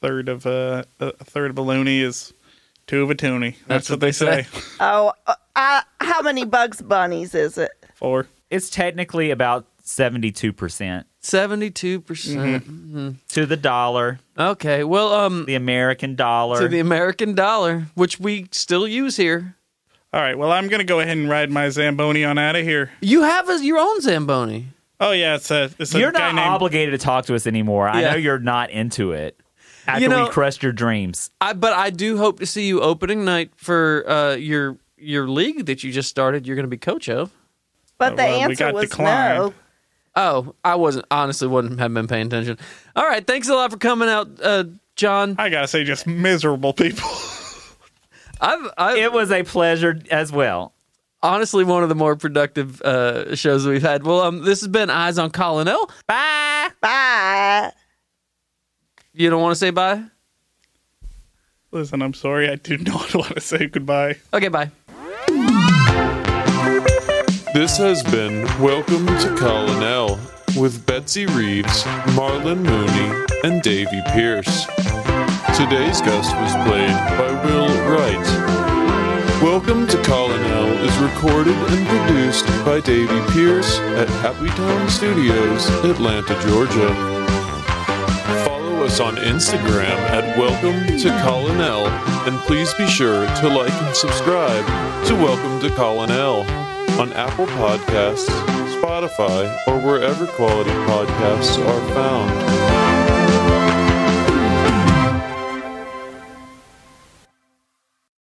Speaker 7: Third of uh, a third of a loony is two of a toonie. That's, what they say.
Speaker 4: Oh, uh, I, how many Bugs Bunnies is it?
Speaker 7: Four.
Speaker 3: It's technically about 72%
Speaker 2: Seventy-two percent.
Speaker 3: Mm-hmm. to the dollar,
Speaker 2: Okay. Well, um,
Speaker 3: the American dollar.
Speaker 2: to the American dollar, which we still use here.
Speaker 7: All right. Well, I'm gonna go ahead and ride my zamboni on out of here.
Speaker 2: You have a, your own Zamboni.
Speaker 7: Oh yeah, it's a it's a
Speaker 3: you're
Speaker 7: guy
Speaker 3: not
Speaker 7: named
Speaker 3: obligated to talk to us anymore. I
Speaker 2: Yeah.
Speaker 3: know you're not into it. After
Speaker 2: know-
Speaker 3: we crushed your dreams,
Speaker 2: I but I do hope to see you opening night for uh, your your league that you just started. You're going to be coach of.
Speaker 4: But
Speaker 7: Uh,
Speaker 4: the
Speaker 7: well, we
Speaker 4: answer
Speaker 7: got
Speaker 4: was
Speaker 7: declined.
Speaker 4: no.
Speaker 2: Oh, I wasn't honestly wouldn't have been paying attention. All right, thanks a lot for coming out, uh, John.
Speaker 7: I gotta say, just miserable people.
Speaker 2: I've, I've
Speaker 3: it was a pleasure as well.
Speaker 2: honestly one of the more productive uh, shows that we've had. Well, um, this has been Eyes on Colin L.
Speaker 3: Bye.
Speaker 4: Bye.
Speaker 2: You don't want to say bye?
Speaker 7: Listen, I'm sorry. I do not want to say goodbye.
Speaker 2: Okay, bye.
Speaker 1: This has been Welcome to Colonel with Betsy Reeves, Marlon Mooney, and Davy Pierce. Today's guest was played by Will Wright. Welcome to Colonel is recorded and produced by Davy Pierce at Happytown Studios, Atlanta, Georgia. Follow us on Instagram at Welcome to Colonel, and please be sure to like and subscribe to Welcome to Colonel on Apple Podcasts, Spotify, or wherever quality podcasts are found.